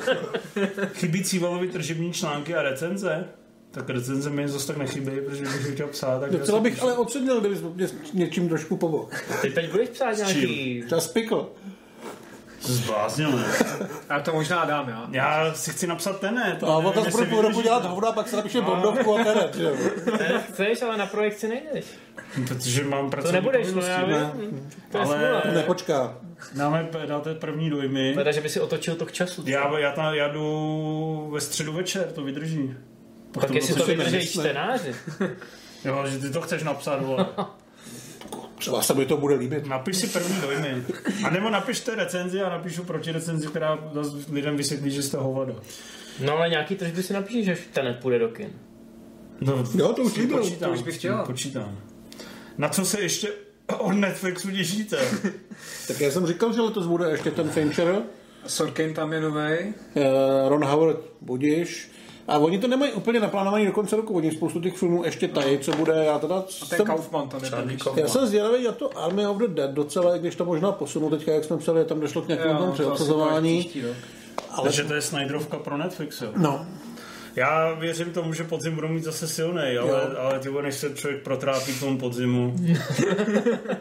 Speaker 4: chybící valovy tržební články a recenze? Tak recenze mi zase tak nechybí, protože bych je chtěl psát. Tak
Speaker 5: Docela
Speaker 4: já si
Speaker 5: bych ale ocenil, kdyby jsme mě s něčím trošku pomohl.
Speaker 3: Ty teď budeš psát nějaký...
Speaker 5: Třeba spikl.
Speaker 4: píšu. Zbláznil, ne?
Speaker 6: A to možná dám, já.
Speaker 4: Já si chci napsat tenet.
Speaker 5: A on tam bude půl roku dělat hovno a pak se napíše bondovku a teret, že jo?
Speaker 3: Ne, *laughs* chceš, ale na projekci nejdeš.
Speaker 4: Protože mám
Speaker 3: To
Speaker 4: pracovní
Speaker 3: nebudeš, no já
Speaker 4: povinnosti.
Speaker 3: vím. To je
Speaker 4: Ale-
Speaker 3: smůla.
Speaker 5: Nepočká.
Speaker 4: Dáme, dáte první dojmy.
Speaker 3: Teda, že by si otočil to k času.
Speaker 4: Já, já, tam, já jdu ve středu večer, to vydrží.
Speaker 3: Pak jestli to
Speaker 5: si
Speaker 3: vydržejí
Speaker 5: nemyslím.
Speaker 3: čtenáři.
Speaker 4: Jo, že ty to chceš napsat,
Speaker 3: *laughs*
Speaker 4: vole.
Speaker 5: Třeba se mi to bude líbit.
Speaker 4: Napiš si první dojmy. A nebo napište recenzi a napíšu proti recenzi, která zas lidem vysvětlí, že jste hovado.
Speaker 3: No ale nějaký tržby si napíšeš, až ten půjde do kin.
Speaker 4: No,
Speaker 5: Jo, to už líbil.
Speaker 4: počítám,
Speaker 6: to už bych chtěla.
Speaker 4: Počítám. Na co se ještě od Netflixu těšíte?
Speaker 6: *laughs*
Speaker 5: Tak já jsem říkal, že letos bude ještě ten Fincher,
Speaker 6: Sorkin tam je novej.
Speaker 5: eh, Ron Howard, budíš. A oni to nemají úplně naplánovaný do konce roku, oni spoustu těch filmů ještě tají, co bude, já teda
Speaker 6: Ten
Speaker 5: jsem-
Speaker 6: Kaufman tam je taky.
Speaker 5: Já jsem zvědavý na to Army of the Dead docela, i když to možná posunu teďka, jak jsme psali, tam došlo k nějakému tomu přeobsazování.
Speaker 4: Ale že to je Snyderovka pro Netflix, jo.
Speaker 5: No,
Speaker 4: Já věřím tomu, že podzim budou mít zase silný, ale, ale ty vole, než se člověk protrápí k tomu *laughs* podzimu.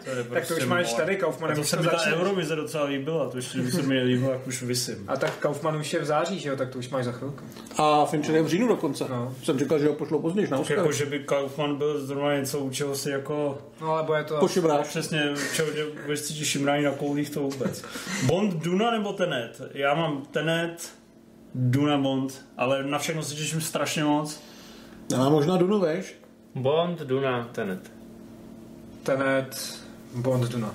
Speaker 4: to je
Speaker 6: Tak to už máš tady, Kaufman,
Speaker 4: Prostě A to
Speaker 6: už
Speaker 4: se
Speaker 6: to
Speaker 4: mi ta
Speaker 6: začne.
Speaker 4: Eurovize docela líbila, to ještě se mi líbila, jak už vysím.
Speaker 6: A tak Kaufman už je v září, že jo, tak to už máš za chvilku.
Speaker 5: a Fincher je v říjnu dokonce.
Speaker 6: No.
Speaker 5: Jsem říkal, že ho pošlo později na Oscar.
Speaker 4: Jako, že by Kaufman byl zrovna něco, u čeho si jako
Speaker 6: No ale bude to...
Speaker 5: Pošibráš.
Speaker 4: Přesně, čeho tě budeš cítit šimrání na koulích, to vůbec. Bond, Duna nebo Tenet? Já mám Tenet, Duna, Bond, ale na všechno se těším strašně moc.
Speaker 5: Já možná Dunu, veš?
Speaker 3: Bond, Duna, Tenet.
Speaker 6: Tenet, Bond, Duna.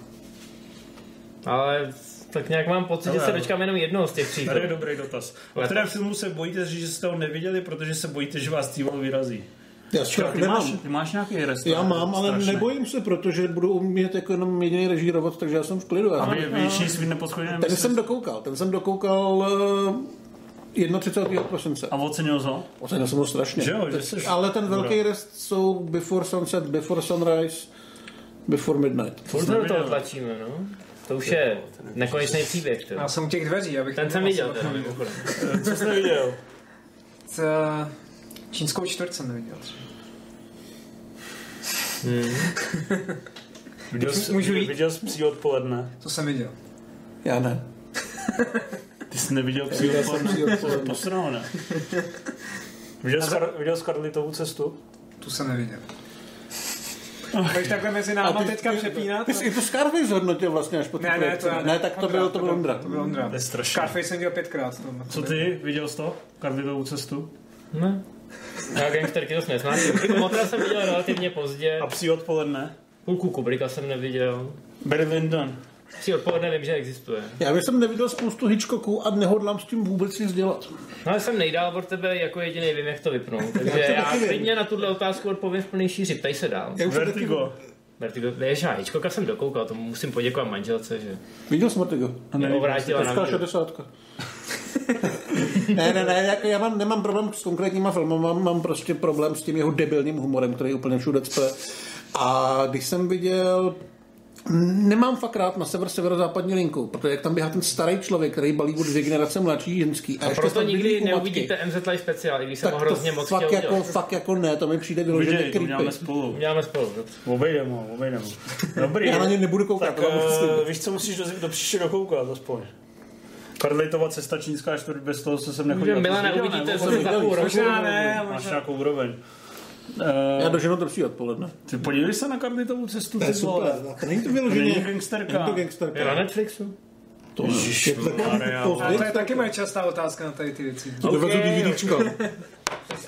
Speaker 3: Ale tak nějak mám pocit, že
Speaker 4: Hele,
Speaker 3: se
Speaker 4: ale-
Speaker 3: dočkám jenom jednoho z těch tří.
Speaker 4: Tady je dobrý dotaz. O
Speaker 3: Ale-
Speaker 4: kterém filmu se bojíte říct, že jste ho neviděli, protože se bojíte, že vás týval vyrazí?
Speaker 5: Já strach
Speaker 4: Ty máš,
Speaker 5: nemám.
Speaker 4: ty máš nějaký restaurace?
Speaker 5: Já mám, ale nebojím se, protože budu umět jako jenom jediný režírovat, takže já jsem v klidu. Já
Speaker 4: A
Speaker 5: jsem-
Speaker 4: vy, vy ještě svým neposchodněným
Speaker 5: ten jsem dokoukal, ten jsem dokoukal eh, 31. prosince.
Speaker 4: A ocenil jsi ho?
Speaker 5: Ocenil jsem ho strašně.
Speaker 4: Že jo, že jsi-
Speaker 5: Ale ten velký rest jsou Before Sunset, Before Sunrise, Before Midnight.
Speaker 3: Furt se do toho tlačíme, no. To už je nekonečný příběh, to.
Speaker 6: Já jsem u těch dveří, abych...
Speaker 3: Ten jsem viděl, teda, mimochodem.
Speaker 4: Co jsi neviděl?
Speaker 6: Ta- Čínskou čtvrt jsem neviděl.
Speaker 4: Viděl jsi,
Speaker 6: Můžu jít?
Speaker 4: viděl jsi psí odpoledne.
Speaker 6: To jsem viděl.
Speaker 5: Já ne.
Speaker 4: Ty jsi neviděl psí
Speaker 5: Viděl jsem
Speaker 4: odpoledne?
Speaker 5: psí odpoledne.
Speaker 4: Posral, ne? Viděl, Skar- viděl Scarletovou cestu?
Speaker 6: Tu jsem neviděl. Budeš takhle mezi náma teďka přepínat?
Speaker 5: Ty jsi i tu Scarface zhodnotil vlastně až po té
Speaker 6: Ne, ne,
Speaker 5: projekci,
Speaker 6: to já
Speaker 5: ne, tak to
Speaker 6: Ondra,
Speaker 5: byl, to byl Ondra.
Speaker 6: To byl Ondra.
Speaker 4: To je strašné.
Speaker 6: Scarface jsem dělal pětkrát. Tom.
Speaker 4: Co ty? Viděl jsi to? Scarletovou cestu?
Speaker 3: Ne. Já gangsterky dost nesnáším. Motra jsem viděl relativně pozdě,
Speaker 4: A psí odpoledne?
Speaker 3: půlku Kubrika jsem neviděl.
Speaker 4: Barry Lyndon.
Speaker 3: Při odpoledne vím, že existuje.
Speaker 5: Já bych jsem neviděl spoustu Hitchcocků a nehodlám s tím vůbec nic dělat.
Speaker 3: No, ale jsem nejdál od tebe, jako jediný vím, jak to vypnout. Takže
Speaker 5: Já to
Speaker 3: já
Speaker 5: taky vím.
Speaker 3: klidně na tuhle otázku odpovím v plný šíři, ptej se dál.
Speaker 5: Já už jsem taky...
Speaker 4: Vertigo.
Speaker 3: Marty, víš, já Hitchcocka jsem dokoukal, tomu musím poděkovat manželce, že
Speaker 5: Viděl jsem Vertigo.
Speaker 3: mě obrátila na
Speaker 5: Česká
Speaker 3: mě.
Speaker 5: 60. *laughs* ne, ne, ne, jako já mám, nemám problém s konkrétníma filmama, mám prostě problém s tím jeho debilním humorem, který úplně všude cpe. A když jsem viděl Nemám fakt rád na sever severozápadní linku, protože jak tam běhá ten starý člověk, který balí od dvě generace mladší ženský. A, a ještě
Speaker 3: Proto
Speaker 5: tam
Speaker 3: nikdy
Speaker 5: bydlí u matky,
Speaker 3: neuvidíte MZ Live speciál, i když jsem ho
Speaker 5: tak
Speaker 3: hrozně
Speaker 5: to
Speaker 3: moc chtěl
Speaker 5: fakt jako,
Speaker 3: udělat.
Speaker 5: fakt jako ne, to mi přijde vyloženě
Speaker 4: Viděj, to
Speaker 5: creepy.
Speaker 4: uděláme spolu.
Speaker 3: Uděláme spolu, dobře.
Speaker 4: Obejdeme ho, obejdeme ho. Dobrý.
Speaker 5: Já na ně nebudu koukat,
Speaker 4: Tak
Speaker 5: to vám musím
Speaker 4: uh,
Speaker 5: slíbit.
Speaker 4: víš, co musíš do, do příště dokoukat, aspoň. Karlitova cesta čínská čtvrt, bez toho se sem nechodil.
Speaker 3: Že Milana uvidíte v takovou
Speaker 5: Možná
Speaker 3: ročku.
Speaker 6: Možná ne,
Speaker 4: Máš
Speaker 6: možná.
Speaker 4: nějakou úroveň.
Speaker 5: Já
Speaker 4: Uh,
Speaker 5: doženu to přijde odpoledne.
Speaker 4: ty podívej se na Karlitovu cestu,
Speaker 5: To je
Speaker 4: ty vole.
Speaker 5: super. To není to
Speaker 4: To
Speaker 5: vyloženě. jako-
Speaker 4: není gangsterka.
Speaker 5: Není
Speaker 3: Je
Speaker 5: to
Speaker 3: na
Speaker 5: gangsterka.
Speaker 3: Netflixu?
Speaker 5: To je
Speaker 4: Maria.
Speaker 6: A to je taky moje častá otázka na tady ty věci.
Speaker 5: Dovezu DVDčko.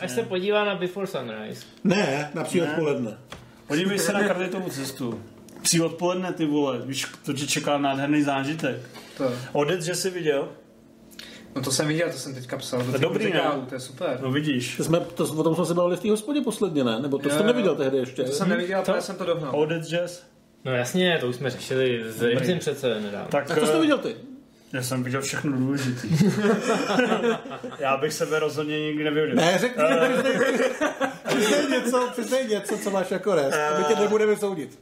Speaker 3: Až se podívá na Before Sunrise.
Speaker 5: Ne, na přijde odpoledne.
Speaker 4: Podívej se na Karlitovu cestu. Pří odpoledne, ty vole. Víš, to tě čeká nádherný zážitek.
Speaker 6: *laughs* To,
Speaker 4: Odec, že jsi viděl?
Speaker 6: no to jsem viděl, to jsem teďka psal. Do těch
Speaker 4: dobrý, ne?
Speaker 6: materiálů, to je super.
Speaker 4: No vidíš.
Speaker 5: To jsme, to, o tom jsme se bavili v té hospodě posledně, ne? Nebo to
Speaker 6: Jo,
Speaker 5: jste
Speaker 6: jo.
Speaker 5: neviděl tehdy ještě?
Speaker 6: To jsem neviděl, to já jsem to dohnal.
Speaker 4: Odec, že jsi?
Speaker 3: No jasně, to už jsme řešili s Rimzim přece nedávno.
Speaker 4: Tak,
Speaker 5: A co jsi
Speaker 4: eh,
Speaker 5: neviděl ty?
Speaker 4: Já jsem viděl všechno důležité. *laughs* Já bych sebe rozhodně nikdy nevyhodil.
Speaker 5: Ne, řekni, přiznej něco, přiznej něco, co máš jako rest, aby tě nebudeme soudit.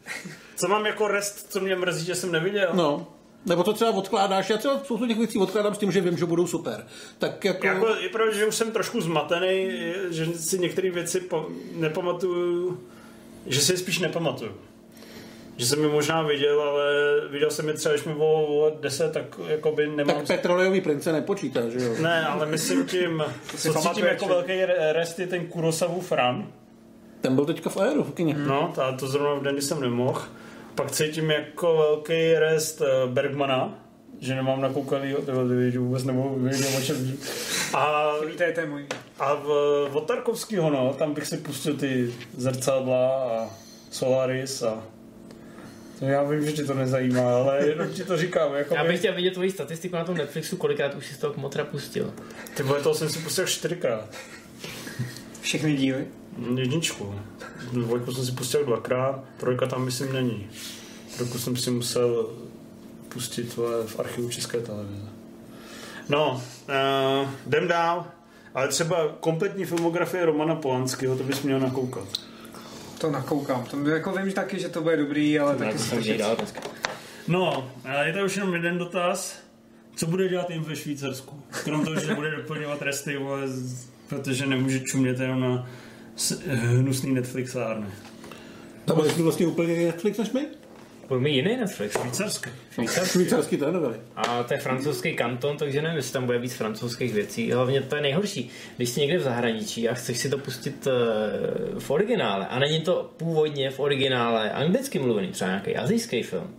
Speaker 4: Co mám jako rest, co mě mrzí, že jsem neviděl?
Speaker 5: No, nebo to třeba odkládáš, já třeba spoustu těch věcí odkládám s tím, že vím, že budou super. Tak jako...
Speaker 4: Jako, je pravda, že už jsem trošku zmatený, že si některé věci po, nepamatuju, že si je spíš nepamatuju. Že jsem je možná viděl, ale viděl jsem je třeba, když mi bylo vole, 10, tak jako by nemám...
Speaker 5: Tak petrolejový prince nepočítá, že jo?
Speaker 4: Ne, ale myslím tím, co cítím
Speaker 6: pamatuješ,
Speaker 4: jako
Speaker 6: že?
Speaker 4: velký re- rest je ten Kurosavův ran.
Speaker 5: Ten byl teďka v Aeru, v kyně.
Speaker 4: No,
Speaker 6: Mhm.
Speaker 4: ta, to zrovna v den, kdy jsem nemohl. Pak cítím jako velký rest eh, Bergmana, že nemám nakoukaný, nebo že vůbec nemohu vědět, o čem mluví. A,
Speaker 6: Víte, to je můj.
Speaker 4: a v, od Tarkovskýho, no, tam bych si pustil ty zrcadla a Solaris a to já vím, že ti to nezajímá, ale jenom ti to říkám. Jako
Speaker 3: Já bych chtěl vidět tvoji statistiku na tom Netflixu, kolikrát už jsi z toho kmotra pustil.
Speaker 4: Ty vole, toho jsem si pustil čtyřikrát.
Speaker 6: Všechny díly.
Speaker 4: Jedničku. Dvojku jsem si pustil dvakrát, trojka tam myslím není. Trojku jsem si musel pustit vole, v archivu České televize. No, uh, jdem dál. Ale třeba kompletní filmografie Romana Polanského, to bys měl nakoukat.
Speaker 6: To nakoukám. To jako vím že taky, že to bude dobrý, ale
Speaker 3: Tak to
Speaker 6: taky
Speaker 3: jako
Speaker 6: si to
Speaker 3: jsem dělal dneska.
Speaker 4: No, a je to už jenom jeden dotaz. Co bude dělat jim ve Švýcarsku? Krom toho, že bude doplňovat resty, vole, z- protože nemůže čumět jenom na s- hnusný Netflixárny.
Speaker 5: Tam byli jsme vlastně úplně jiný Netflix než my.
Speaker 3: Budu mít jiný Netflix.
Speaker 4: Švýcarské?
Speaker 5: Švýcarský telenovely.
Speaker 3: A to je francouzský kanton, takže nevím, jestli tam bude víc francouzských věcí. Hlavně to je nejhorší, když jsi někde v zahraničí a chceš si to pustit eh, v originále. A není to původně v originále anglicky mluvený, třeba nějaký azijský film.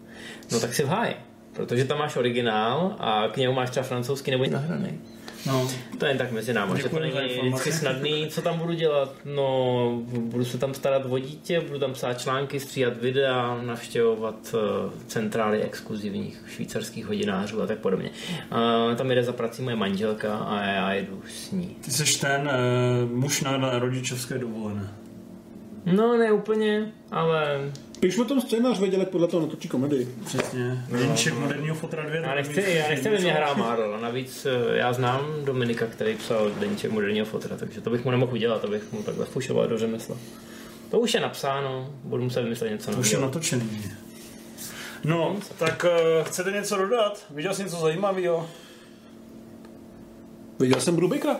Speaker 3: No tak si v háji. Protože tam máš originál a k němu máš třeba francouzský nebo nahraný.
Speaker 4: No.
Speaker 3: To je jen tak mezi námi, že to
Speaker 4: Děkuji
Speaker 3: není
Speaker 4: za informaci.
Speaker 3: vždycky snadný. Co tam budu dělat? No, budu se tam starat o dítě, budu tam psát články, stříhat videa, navštěvovat eh, centrály exkluzivních švýcarských hodinářů a tak podobně. Eh, Tam jde za prací moje manželka a já jedu s ní.
Speaker 4: Ty jsi ten uh, muž na, na rodičovské dovolené.
Speaker 3: No, ne úplně, ale
Speaker 5: Píš o tom scénář věděl, jak podle toho natočí komedii.
Speaker 4: Přesně. Jedinček moderního fotra 2.
Speaker 3: já nechci, já nechci, aby mě hrál Marl. A navíc eh, já znám Dominika, který psal Deníček moderního fotra, takže to bych mu nemohl udělat, abych mu takhle fušoval do řemesla. To už je napsáno, budu muset vymyslet něco
Speaker 4: Už je
Speaker 3: nového.
Speaker 4: natočený. No, tak uh, chcete něco dodat? Viděl jsi něco zajímavého?
Speaker 5: Viděl jsem Brubekra.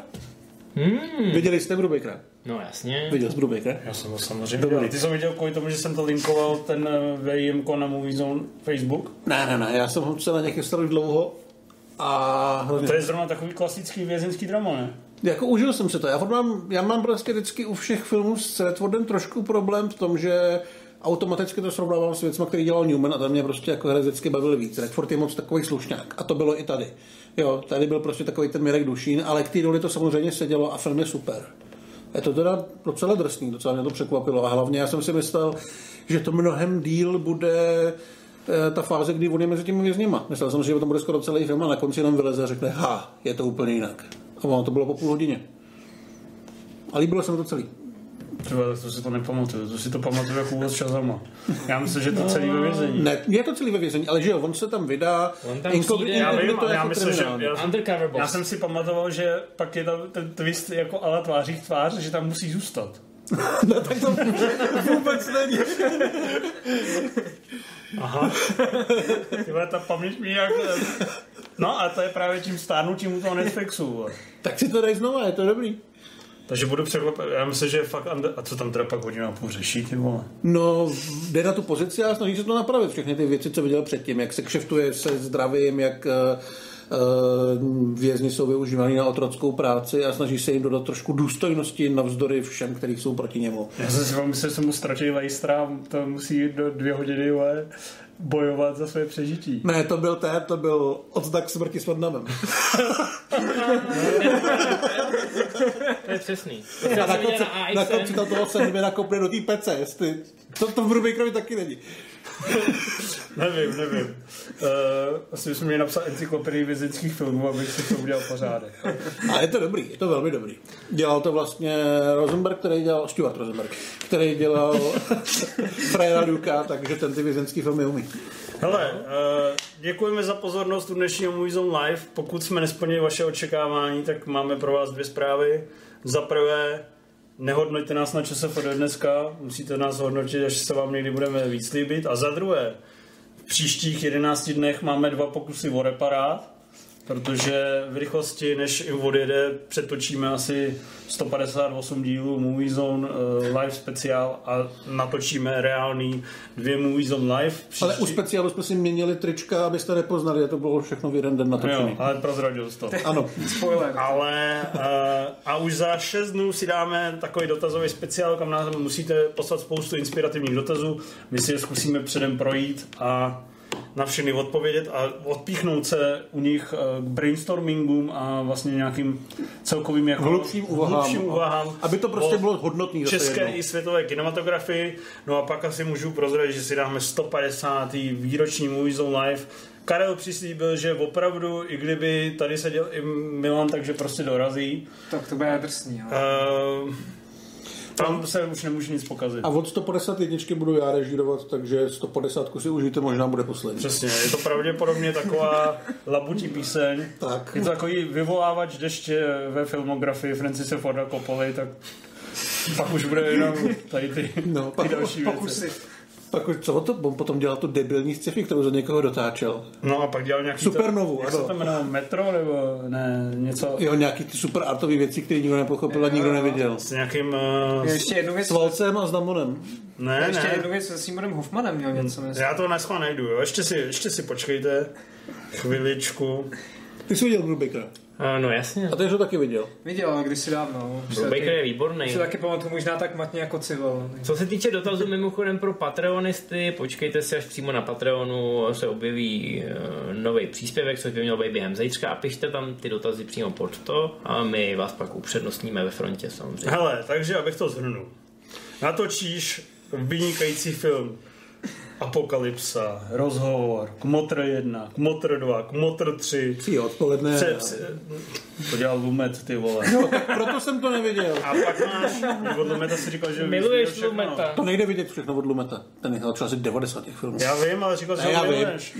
Speaker 5: Hmm. Viděli jste Brubekra?
Speaker 3: No jasně.
Speaker 5: Viděl jsi Brubekra?
Speaker 4: Já jsem ho samozřejmě viděl. Ty jsi ho viděl kvůli tomu, že jsem to linkoval ten eh, VIMK na Movie Zone Facebook.
Speaker 5: Ne, ne, ne, já jsem ho se na ně chystal už dlouho a hrozně...
Speaker 4: To je zrovna takový klasický vězeňský drama, ne?
Speaker 5: Jako užil jsem si to. Já, furt mám, já mám prostě vždycky u všech filmů s Redfordem trošku problém v tom, že automaticky to srovnávám s věcmi, který dělal Newman a ten mě prostě jako herec vždycky bavil víc. Redford je moc takový slušňák a to bylo i tady. Jo, tady byl prostě takový ten Mirek Dušín, ale k té roli to samozřejmě sedělo a film je super. Je to teda docela drsný, docela mě to překvapilo a hlavně já jsem si myslel, že to mnohem díl bude eh, ta fáze, kdy on je mezi těmi vězněma. Myslel jsem si, že o tom bude skoro celý film a na konci jenom vyleze a řekne, ha, je to úplně jinak. A ono to bylo po půl hodině. A líbilo se mi to celý.
Speaker 4: Třeba tak to si to nepamatuju, to si to pamatuju jako úvod Shazama. Já myslím, že to celý ve vězení.
Speaker 5: Ne, je to celý ve vězení, ale že jo, on se tam vydá.
Speaker 3: On tam
Speaker 5: inko-
Speaker 3: přijde, já
Speaker 5: inkognito
Speaker 4: vím,
Speaker 5: jako
Speaker 3: jako
Speaker 4: ale já myslím, že-
Speaker 5: kriminální.
Speaker 4: já jsem-
Speaker 3: Undercover boss.
Speaker 4: Já jsem si pamatoval, že pak je tam ten twist jako ala tváří v tvář, že tam musí zůstat.
Speaker 5: No tak to vůbec není.
Speaker 4: Ty vole, ta paměť mi jak... No a to je právě tím stárnutím u toho Netflixu. vole.
Speaker 5: Tak si to dej znova, je to dobrý.
Speaker 4: Takže budu překvapen, já myslím, že je fakt... Under... A co tam teda pak hodinu a půl řeší, ty vole?
Speaker 5: No, jde na tu pozici a snaží se to napravit. Všechny ty věci, co viděl předtím, jak se kšeftuje se zdravím, jak eh, eh, vězni jsou využívaní na otrockou práci a snaží se jim dodat trošku důstojnosti navzdory všem, kteří jsou proti němu.
Speaker 4: Já jsem si myslel, že se mu ztratí lejstra, to musí do dvě hodiny vole, bojovat za své přežití.
Speaker 5: Ne, to byl ten, to byl odznak smrti s
Speaker 3: *laughs*
Speaker 5: Vandamem.
Speaker 3: To je přesný.
Speaker 5: A
Speaker 3: Já
Speaker 5: na
Speaker 3: jsem viděl
Speaker 5: konci,
Speaker 3: na AXN.
Speaker 5: na konci tam toho se mě nakopne do té pece, jestli... To, to v Rubikovi taky není.
Speaker 4: Nevím, nevím. Uh, asi bychom měli napsat encyklopedii vězeňských filmů, abych si to udělal pořádek.
Speaker 5: Ale je to dobrý, je to velmi dobrý. Dělal to vlastně Rosenberg, který dělal, Stuart Rosenberg,
Speaker 4: *laughs*
Speaker 5: který dělal Frajera Luka, takže ten ty vězenský filmy umí.
Speaker 4: Hele, uh, děkujeme za pozornost u dnešního Movies on Live. Pokud jsme nesplnili vaše očekávání, tak máme pro vás dvě zprávy. Za prvé, nehodnoťte nás na ČSF do dneska, musíte nás hodnotit, až se vám někdy budeme víc líbit. A za druhé, v příštích 11 dnech máme dva pokusy o reparát, protože v rychlosti, než i odjede, přetočíme asi 158 dílů Movie Zone eh, Live speciál a natočíme reálný dvě Movie Zone Live. Příští...
Speaker 5: Ale u speciálu jsme si měnili trička, abyste nepoznali, a to bylo všechno v jeden den
Speaker 4: Jo,
Speaker 5: natočený.
Speaker 4: ale prozradil jsi to.
Speaker 5: Ano,
Speaker 6: Spoiler.
Speaker 4: Ale uh, a už za 6 dnů si dáme takový dotazový speciál, kam nám musíte poslat spoustu inspirativních dotazů. My si je zkusíme předem projít a na všechny odpovědět a odpíchnout se u nich eh, k brainstormingům a vlastně nějakým celkovým jako
Speaker 5: hlubším úvahám.
Speaker 4: hlubším úvahám
Speaker 5: Aby to prostě
Speaker 4: o
Speaker 5: bylo hodnotný zase
Speaker 4: české
Speaker 5: jednou.
Speaker 4: i světové kinematografii. No a pak asi můžu prozradit, že si dáme 150. výroční Movies on Live. Karel přislíbil, že opravdu, i kdyby tady seděl i Milan, takže prostě dorazí.
Speaker 6: Tak to bude drsný, no. ale.
Speaker 4: Ehm, tam se už nemůže nic pokazit.
Speaker 5: a od 151 budu já režírovat, takže 150 si užijte, možná bude poslední.
Speaker 4: Přesně, je to pravděpodobně taková labutí píseň.
Speaker 5: Tak.
Speaker 4: Je to takový vyvolávač deště ve filmografii Francise Forda Coppoli, tak pak už bude jenom tady ty,
Speaker 5: No,
Speaker 4: ty
Speaker 5: pak-
Speaker 4: další věci.
Speaker 6: Pokusy.
Speaker 5: Pak už co to, on potom dělal tu debilní sci-fi, kterou za někoho dotáčel.
Speaker 4: No a pak dělal nějaký...
Speaker 5: Supernovu,
Speaker 4: to, jak se
Speaker 5: ano.
Speaker 4: to jmenovalo? Metro nebo ne, něco...
Speaker 5: Jo, nějaký ty super artové věci, které nikdo nepochopil a nikdo neviděl.
Speaker 4: S nějakým...
Speaker 6: Je
Speaker 4: Uh,
Speaker 6: Ještě jednu věc.
Speaker 5: S Valcem a s Damonem.
Speaker 4: ne,
Speaker 6: Ještě jednu
Speaker 4: ne,
Speaker 6: věc se Simonem Hoffmanem měl něco. myslím.
Speaker 4: já to neschvál nejdu, jo. Ještě si, ještě si počkejte chviličku.
Speaker 5: Ty jsi viděl Rubikra.
Speaker 3: Eh, No jasně.
Speaker 5: A ty jsi ho taky viděl.
Speaker 6: Viděl, když si dávno. Už se
Speaker 3: Baker
Speaker 6: taky-
Speaker 3: je výborný.
Speaker 6: už se taky pamatuju možná tak matně jako civil.
Speaker 3: Co se týče dotazů mimochodem pro Patreonisty, počkejte si, až přímo na Patreonu se objeví uh, nový příspěvek, což by měl být během zítřka a pište tam ty dotazy přímo pod to a my vás pak upřednostníme ve frontě samozřejmě.
Speaker 4: Hele, takže abych to zhrnul. Natočíš vynikající film Apokalypsa, rozhovor, Kmotr 1, Kmotr 2, Kmotr 3,
Speaker 5: Tři odpoledne.
Speaker 4: před... To dělal Lumet, ty vole.
Speaker 5: No, tak proto jsem to neviděl.
Speaker 4: A pak máš, *laughs* od Lumeta si říkal, že
Speaker 3: Miluješ
Speaker 4: všechno. no.
Speaker 3: Lumeta.
Speaker 5: To nejde vidět všechno od Lumeta. Ten je třeba asi 90 těch filmů.
Speaker 4: Já vím, ale říkal jsem, že
Speaker 5: já
Speaker 4: ho
Speaker 5: vím.
Speaker 4: miluješ.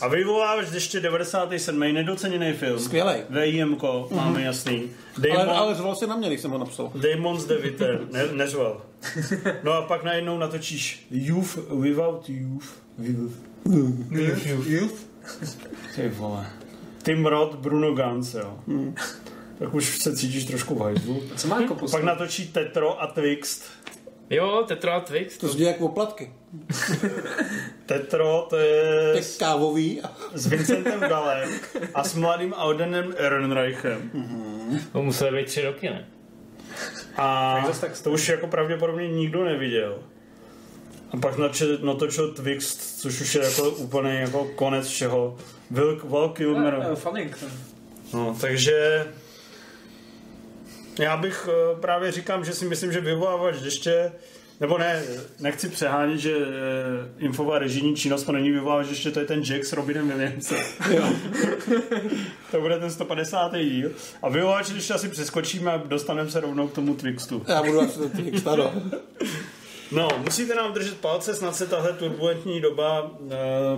Speaker 4: A vyvoláváš ještě 97. nedoceněný film.
Speaker 5: Skvělej. Mhm.
Speaker 4: VIMko, máme jasný. Damon,
Speaker 5: Ale, ale zval se na mě, když jsem ho napsal.
Speaker 4: Damon z Deviter, ne, neřval. No a pak najednou natočíš Youth Without Youth. Without.
Speaker 5: Youth?
Speaker 4: Ty vole. Tim Roth, Bruno Gans, jo.
Speaker 5: Mhm.
Speaker 4: Tak už se cítíš trošku v hajzlu.
Speaker 6: Co má jako
Speaker 4: Pak
Speaker 6: poslední?
Speaker 4: natočí Tetro a Twixt.
Speaker 3: Jo, Tetra Twix.
Speaker 5: To zní jak oplatky.
Speaker 4: Tetro, to je
Speaker 5: Tak kávový a
Speaker 4: s Vincentem Galem a s mladým Audenem Ehrenreichem.
Speaker 3: To muselo být tři roky, ne?
Speaker 4: A
Speaker 6: zas tak
Speaker 4: to už jako pravděpodobně nikdo neviděl. A pak nače- natočil Twixt, což už je jako úplný jako konec všeho. Will, Val
Speaker 6: Eh,
Speaker 4: Kilmer.
Speaker 6: Fallington.
Speaker 4: No, takže já bych eh, právě říkám, že si myslím, že vyvolávač ještě nebo ne, nechci přehánět, že eh, infová režijní činnost to není vyvolávač ještě, to je ten Jack s Robinem Williamsem. *laughs* to bude ten 150. díl. A vyvolávač ještě asi přeskočíme a dostaneme se rovnou k tomu Twixtu.
Speaker 5: já budu asi ten Twix, ano.
Speaker 4: No, musíte nám držet palce, snad se tahle turbulentní doba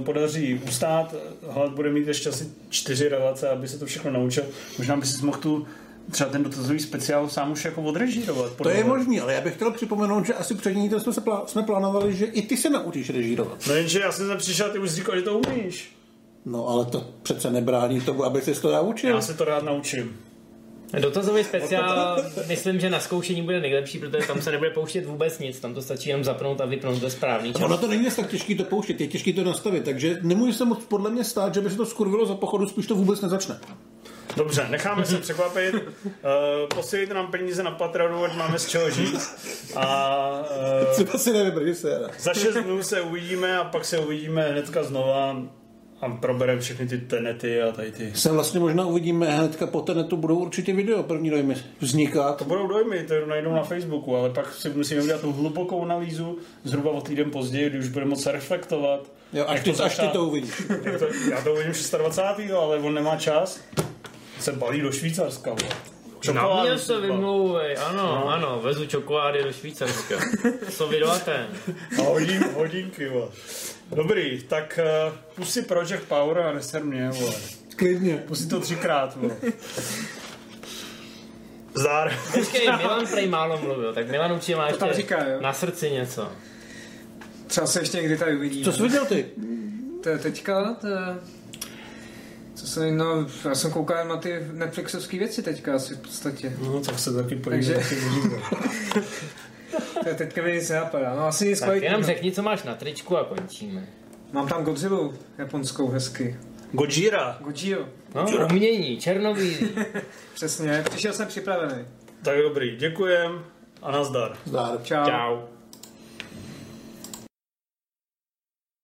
Speaker 4: e, podaří ustát. Hlad bude mít ještě asi čtyři relace, aby se to všechno naučil. Možná by si mohl tu třeba ten dotazový speciál sám už jako odrežírovat.
Speaker 5: To je
Speaker 4: podobně.
Speaker 5: možný, ale já bych chtěl připomenout, že asi před ní jsme, se plá- jsme plánovali, že i ty se naučíš režírovat.
Speaker 4: No jenže já jsem sem přišel a ty už jsi říkal, že to umíš.
Speaker 5: No ale to přece nebrání tomu, aby jsi to naučil.
Speaker 4: Já se to rád naučím.
Speaker 3: Dotazový speciál, myslím, že na zkoušení bude nejlepší, protože tam se nebude pouštět vůbec nic, tam to stačí jenom zapnout a vypnout ve správný čas.
Speaker 5: Ono to není zas tak těžký to pouštět, je těžký to nastavit, takže nemůže se moc podle mě stát, že by se to skurvilo za pochodu, spíš to vůbec nezačne.
Speaker 4: Dobře, necháme se
Speaker 5: *laughs*
Speaker 4: překvapit. E, posílejte nám peníze na Patreonu, ať máme z čeho žít. A e,
Speaker 5: Třeba si nevím, že se jede.
Speaker 4: Za šest dnů se uvidíme a pak se uvidíme hnedka znova a probereme všechny ty tenety a tady ty.
Speaker 5: Se vlastně možná uvidíme hnedka po netu budou určitě video, první dojmy vzniká.
Speaker 4: To budou dojmy, to najdou na Facebooku, ale pak si musíme udělat tu hlubokou analýzu zhruba o týden později, kdy už budeme moc reflektovat.
Speaker 5: Jo, až,
Speaker 4: Jak
Speaker 5: ty, až ty
Speaker 4: začá-
Speaker 5: to uvidíš.
Speaker 4: jak to, já to uvidím 26. ale on nemá čas. Se balí do Švýcarska. vole.
Speaker 3: Na
Speaker 4: Čokoládu
Speaker 3: mě
Speaker 4: si
Speaker 3: se
Speaker 4: zbal.
Speaker 3: vymlouvej, ano, ano, vezu čokolády do Švýcarska. *laughs* Co vy dáte?
Speaker 4: A hodin, hodinky, vole. Dobrý, tak uh, pusy Project Power a neser mě, vole.
Speaker 5: Klidně.
Speaker 4: Pusy to třikrát, vole. Zdar.
Speaker 3: Počkej, Milan prej málo mluvil, tak Milan určitě má
Speaker 6: tam
Speaker 3: ještě
Speaker 6: říká, jo.
Speaker 3: na srdci něco.
Speaker 6: Třeba se ještě někdy tady uvidíme.
Speaker 5: Co jsi viděl ty?
Speaker 6: To je teďka, to je... Co se, no, já jsem koukal na ty Netflixovské věci teďka asi v podstatě.
Speaker 4: No, tak se taky
Speaker 6: Takže-
Speaker 4: pojďme.
Speaker 6: To je teďka mi nic nenapadá. No asi nic
Speaker 3: Tak jenom
Speaker 6: kvalitního.
Speaker 3: řekni, co máš na tričku a končíme.
Speaker 6: Mám tam Godzilla japonskou hezky.
Speaker 4: Gojira.
Speaker 6: Gojiro.
Speaker 3: No, umění, černobílý.
Speaker 6: Přesně, přišel jsem připravený.
Speaker 4: Tak dobrý, děkujem a nazdar.
Speaker 5: Zdár.
Speaker 6: Čau.
Speaker 3: Čau.